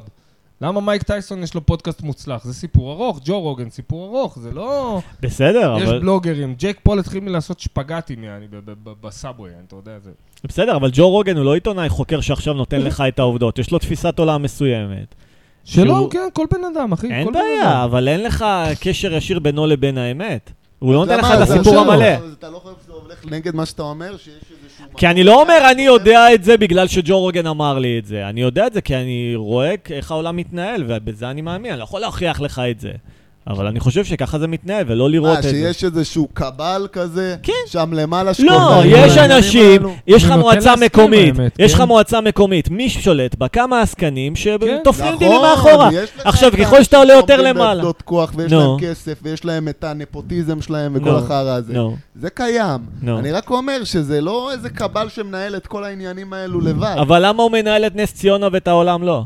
למה מייק טייסון יש לו פודקאסט מוצלח? זה סיפור ארוך, ג'ו רוגן סיפור ארוך, זה לא... בסדר, יש אבל... בלוגרים, ג'ק פול התחיל מלעשות שפגטים, יעני, ב- ב- ב- בסאבווי, אתה יודע, זה... בסדר, אבל ג'ו רוגן הוא לא עיתונאי חוקר שעכשיו נותן לך את העובדות, יש לו תפיסת עולם מסוימת. שלא, שהוא- כן, כל בן אדם, אחי, אין כל בן אדם. בעיה, אבל אין לך קשר ישיר בינו לבין האמת. הוא לא נותן לך למה? את זה הסיפור שלו. המלא. אז אתה לא חושב שזה הולך נגד מה שאתה אומר, שיש איזשהו... כי אני לא אומר אני יודע את זה בגלל שג'ו רוגן אמר לי את זה. אני יודע את זה כי אני רואה כ- איך העולם מתנהל, ובזה אני מאמין, אני לא יכול להוכיח לך את זה. אבל אני חושב שככה זה מתנהל, ולא לראות אה, את זה. שיש איזשהו קבל כזה? כן. שם למעלה לא, שקובעים יש את העניינים אנשים, האלו? יש לך אני נוטה מועצה להסכים מקומית, האמת, יש לך כן. מועצה מקומית, מי שולט בה? כמה עסקנים שתופרים דילים נכון, מאחורה. יש לך עכשיו, את ככל שאתה עולה האנשים יותר שעומדים למעלה. בעמדות כוח, ויש נו. להם כסף, ויש להם את הנפוטיזם שלהם וכל נו, החרא הזה. נו. זה קיים. נו. אני רק אומר שזה לא איזה קבל שמנהל את כל העניינים האלו לבד. אבל למה הוא מנהל את נס ציונה ואת העולם לא?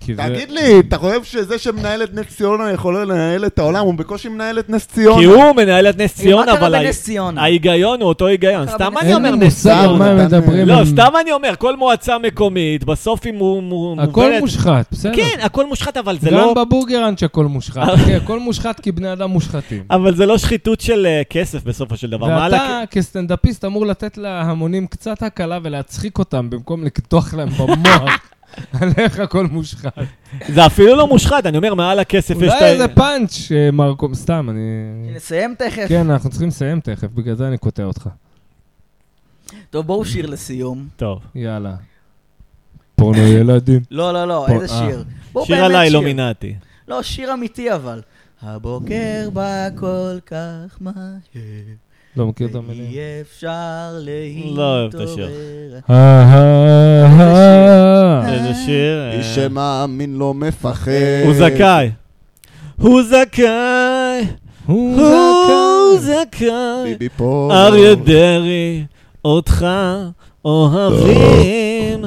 כי זה- תגיד לי, אתה חושב שזה שמנהל את נס ציונה יכול לנהל את העולם? הוא בקושי מנהל את נס ציונה. כי הוא מנהל את נס ציונה, מה קרה אבל ה- בנס ציונה? ההיגיון הוא אותו היגיון. קרה סתם בנס- אני אין אומר לי נס מושג ציונה. מה ציונה. הם מדברים. לא, הם- סתם אני אומר, כל מועצה מקומית, בסוף היא מו- מו- מובלת... הכל מושחת, בסדר. כן, הכל מושחת, אבל זה גם לא... בבורגראנץ' הכל מושחת. כן, הכל מושחת כי בני אדם מושחתים. אבל זה לא שחיתות של אה, כסף בסופו של דבר. מה על הכ- ואתה כסטנדאפיסט אמור לתת להמונים קצת הקלה ולהצחיק אותם במקום לקדוח להם במוח. על איך הכל מושחת. זה אפילו לא מושחת, אני אומר, מעל הכסף יש אולי איזה את ה... פאנץ', אה, מרקום, סתם, אני... נסיים תכף. כן, אנחנו צריכים לסיים תכף, בגלל זה אני קוטע אותך. טוב, בואו שיר לסיום. טוב, יאללה. פורנו ילדים. לא, לא, לא, פה, איזה אה. שיר. בואו שיר באמת עליי לא מינעתי. לא, שיר אמיתי אבל. הבוקר בא כל כך מהר, לא מכיר את המילים. ואי אפשר להתעורר. לא אוהב את השיר. אה, אה, אה. איזה שיר... אה, איש שמאמין לא מפחד. הוא זכאי. הוא זכאי, הוא הוא זכאי. זכאי. ביבי פה. אה, אריה דרעי, אותך אוהבים.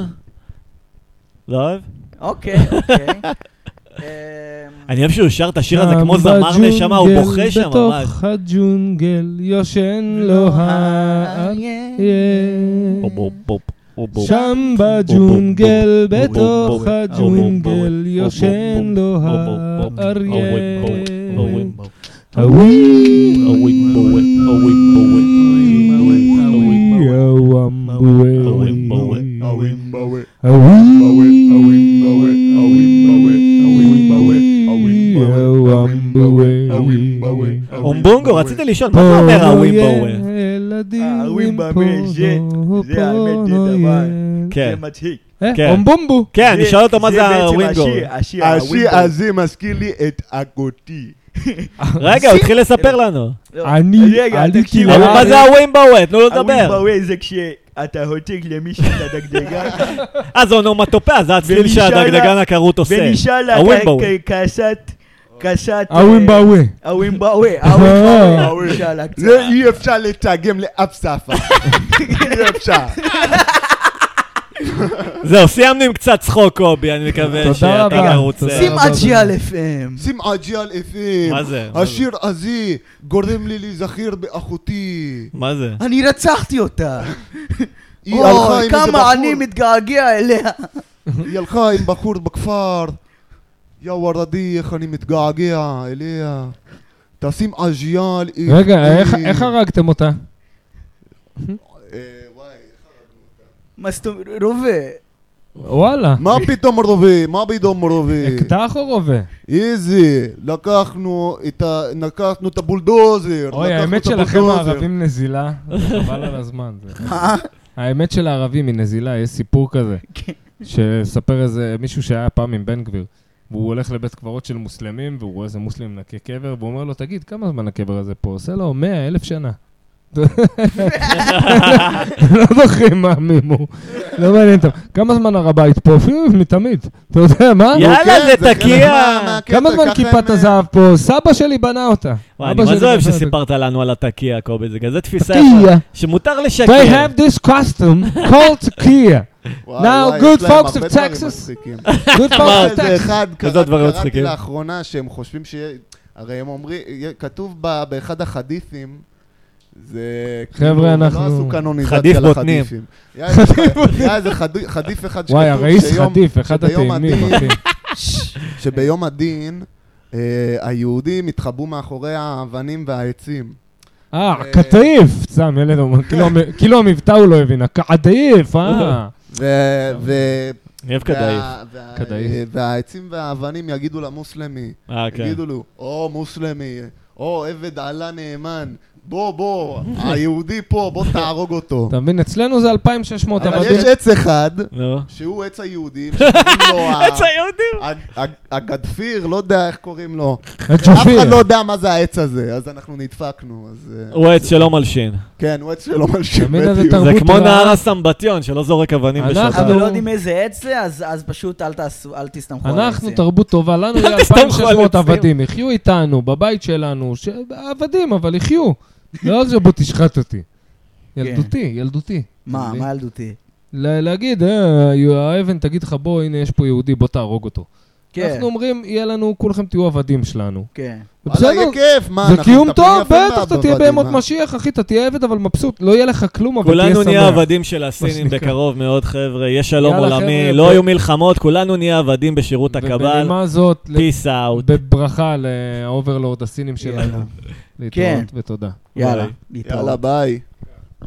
לא אוהב? אוקיי, אוקיי. אמ, אני אוהב שהוא שר את השיר הזה כמו זמר נשמה, הוא בוכה שם ממש. בתוך הג'ונגל יושן לא לו האריה. בופ, בופ, בופ, בופ, בופ. שם בו, בג'ונגל, בו, בו, בתוך בו, בו, הג'ונגל, בו, יושן בו, לו בו, בו, בו, האריה. בו, בו, בו, אווי, אוי, בואי, אוי, בואי, אוי, בואי, אוי, יאוואם, בואי. אוי, בואי, Ah אוי, אוי, אווי, יאוואם, בואי. ah בואי. אומבונגו, רציתי לשאול, מה זה פורנו אומר הווים בואוור? ילדים עם הווים פורנו, זה האמת, זה פורנו דבר. יל- כן, מצחיק. אה, כן. אומבומבו. כן, אני אשאל אותו מה זה הווינגו. השיר הזה מזכיר לי את אגותי. רגע, הוא התחיל לספר לנו. אני עליתי כאילו- אבל מה לארץ. זה הווים בואוור? תנו לו לדבר. הווינבאווי זה כשאתה הותיק למישהו את הדגדגה, אה, זה אונומטופיה, זה הצליל ונשאל לה- שהדגדגן הכרות עושה. ונשאל לה הווינבאווי. כ- כסת, כסת... euh, הווימבאווי. הווינבאווי, אה. הווינבאווי, נשאל לה קצת. זה לא, אי אפשר לתרגם לאף שפה. אי אפשר. זהו, סיימנו עם קצת צחוק, קובי, אני מקווה תודה שאתה רבה. גם רוצה. תודה. שים רבה, אג'יאל FM. שים עג'יאל אפים. מה זה? השיר הזה גורם לי להיזכר באחותי. מה זה? אני רצחתי אותה. היא הלכה עם אוי, איזה כמה בחור. אני מתגעגע אליה. היא הלכה עם בחור בכפר. יא ורדי, איך אני מתגעגע אליה. תשים עג'יאל אפים. רגע, איך- איך הרגתם אותה? אה, וואי. מה זאת אומרת, רובה? וואלה. מה פתאום רובי? מה פתאום אה, רובי? אקדח או רובה? איזי, לקחנו את ה... לקחנו את אוי, הבולדוזר. לקחנו האמת את שלכם הבולדוזר. הערבים נזילה, חבל על הזמן. זה- האמת של הערבים היא נזילה, יש סיפור כזה. כן. שספר איזה מישהו שהיה פעם עם בן גביר. והוא הולך לבית קברות של מוסלמים, והוא רואה איזה מוסלמים מנקה קבר, והוא אומר לו, תגיד, כמה זמן הקבר הזה פה? עושה לו 100 אלף שנה. לא זוכרים מה מי הוא, לא מעניין אותם. כמה זמן הר הבית פה? אפילו מתמיד. אתה יודע מה? יאללה, כן, זה חלק תקיע. מה- מהקטע, כן, כמה זמן ככה כיפת הם- הזהב פה? סבא שלי בנה אותה. אה, וואי, אבא אני מה שלי זה אוהב בנה אותה. שסיפרת לנו על התקיע, קובי, זה כזה תפיסה תקיע. יפה, שמותר They לשקר. have this custom called tequila. וואי, Now, וואי, good אה, יש להם folks הרבה of דברים Texas. מצחיקים. Good מה, folks זה text. אחד, איזה קרא- הדברים קראתי מצחיקים? לאחרונה שהם חושבים ש... הרי הם אומרים, כתוב ב- באחד החדית'ים, זה... חבר'ה, כאילו, אנחנו- לא עשו חדיף קנוניזציה בוטנים. לחדית'ים. היה איזה ח- היה איזה חד- חדיף אחד שכתוב וואי, הרעיס שיום- חטיף, אחד שביום הטעימים, הדין- אחי. שביום הדין, אה, היהודים התחבאו מאחורי האבנים והעצים. אה, קטעיף! סתם, ילד אומר, כאילו כן. המ- כאילו המבטא הוא לא הבין, קטעיף, אה. ו- ו- אני אוהב כדאי. וה- וה- כדאי. והעצים והאבנים יגידו למוסלמי, אה, כן. יגידו לו, או מוסלמי, או או, עבד עלה נאמן, בוא, בוא, היהודי פה, בוא תהרוג אותו. אתה מבין? אצלנו זה 2,600 אבל עבדים. יש עץ אחד, נו. שהוא עץ היהודים, שקוראים לו ה- עץ היהודים. הג- הג- הגדפיר, לא יודע איך קוראים לו. אה, אף אחד לא ג'פיר. יודע מה זה העץ הזה, אז אנחנו נדפקנו. אז אה, הוא עץ שלא מלשין. כן, הוא עץ שלא מלשין תמיד איזה בדיוק. זה תרבות כמו רעה. נער הסמבטיון שלא זורק אבנים אנחנו- בשבת. אנחנו- אבל לא יודעים איזה עץ זה, אז אז פשוט אל תעשו- אל תסתמכו על אנחנו העצים. תרבות טובה, לנו יהיה תסתמכו על 2,600 עצים. עבדים, יחיו איתנו, בבית שלנו, ש- עבדים, אבל יחיו. לא על זה בוא תשחט אותי. כן. ילדותי, ילדותי. מה, אתה מה מבין? ילדותי? לה- להגיד, אה, האבן תגיד לך, בוא, הנה, יש פה יהודי, בוא תהרוג אותו. כן, אנחנו אומרים, יהיה לנו, כולכם תהיו עבדים שלנו. כן. וואלה, יהיה כיף, מה, זה אנחנו קיום מטפלים טוב, יפה בטח, אתה תהיה בעבדים, בהמות אה? משיח, אחי, אתה תהיה עבד אבל מבסוט, לא יהיה לך כלום, אבל תהיה שמח. כולנו נהיה עבדים של הסינים שנקרא. בקרוב מאוד, חבר'ה. יהיה שלום יאללה, חבר'ה, עולמי, ב- לא היו מלחמות, כולנו נהיה עבדים בשירות הקבל. ובנימה זאת, ל- פיס אאוט. בברכה לאוברלורד הסינים שלנו. כן. להתראות ותודה. יאללה, יאללה, להתראות. ביי.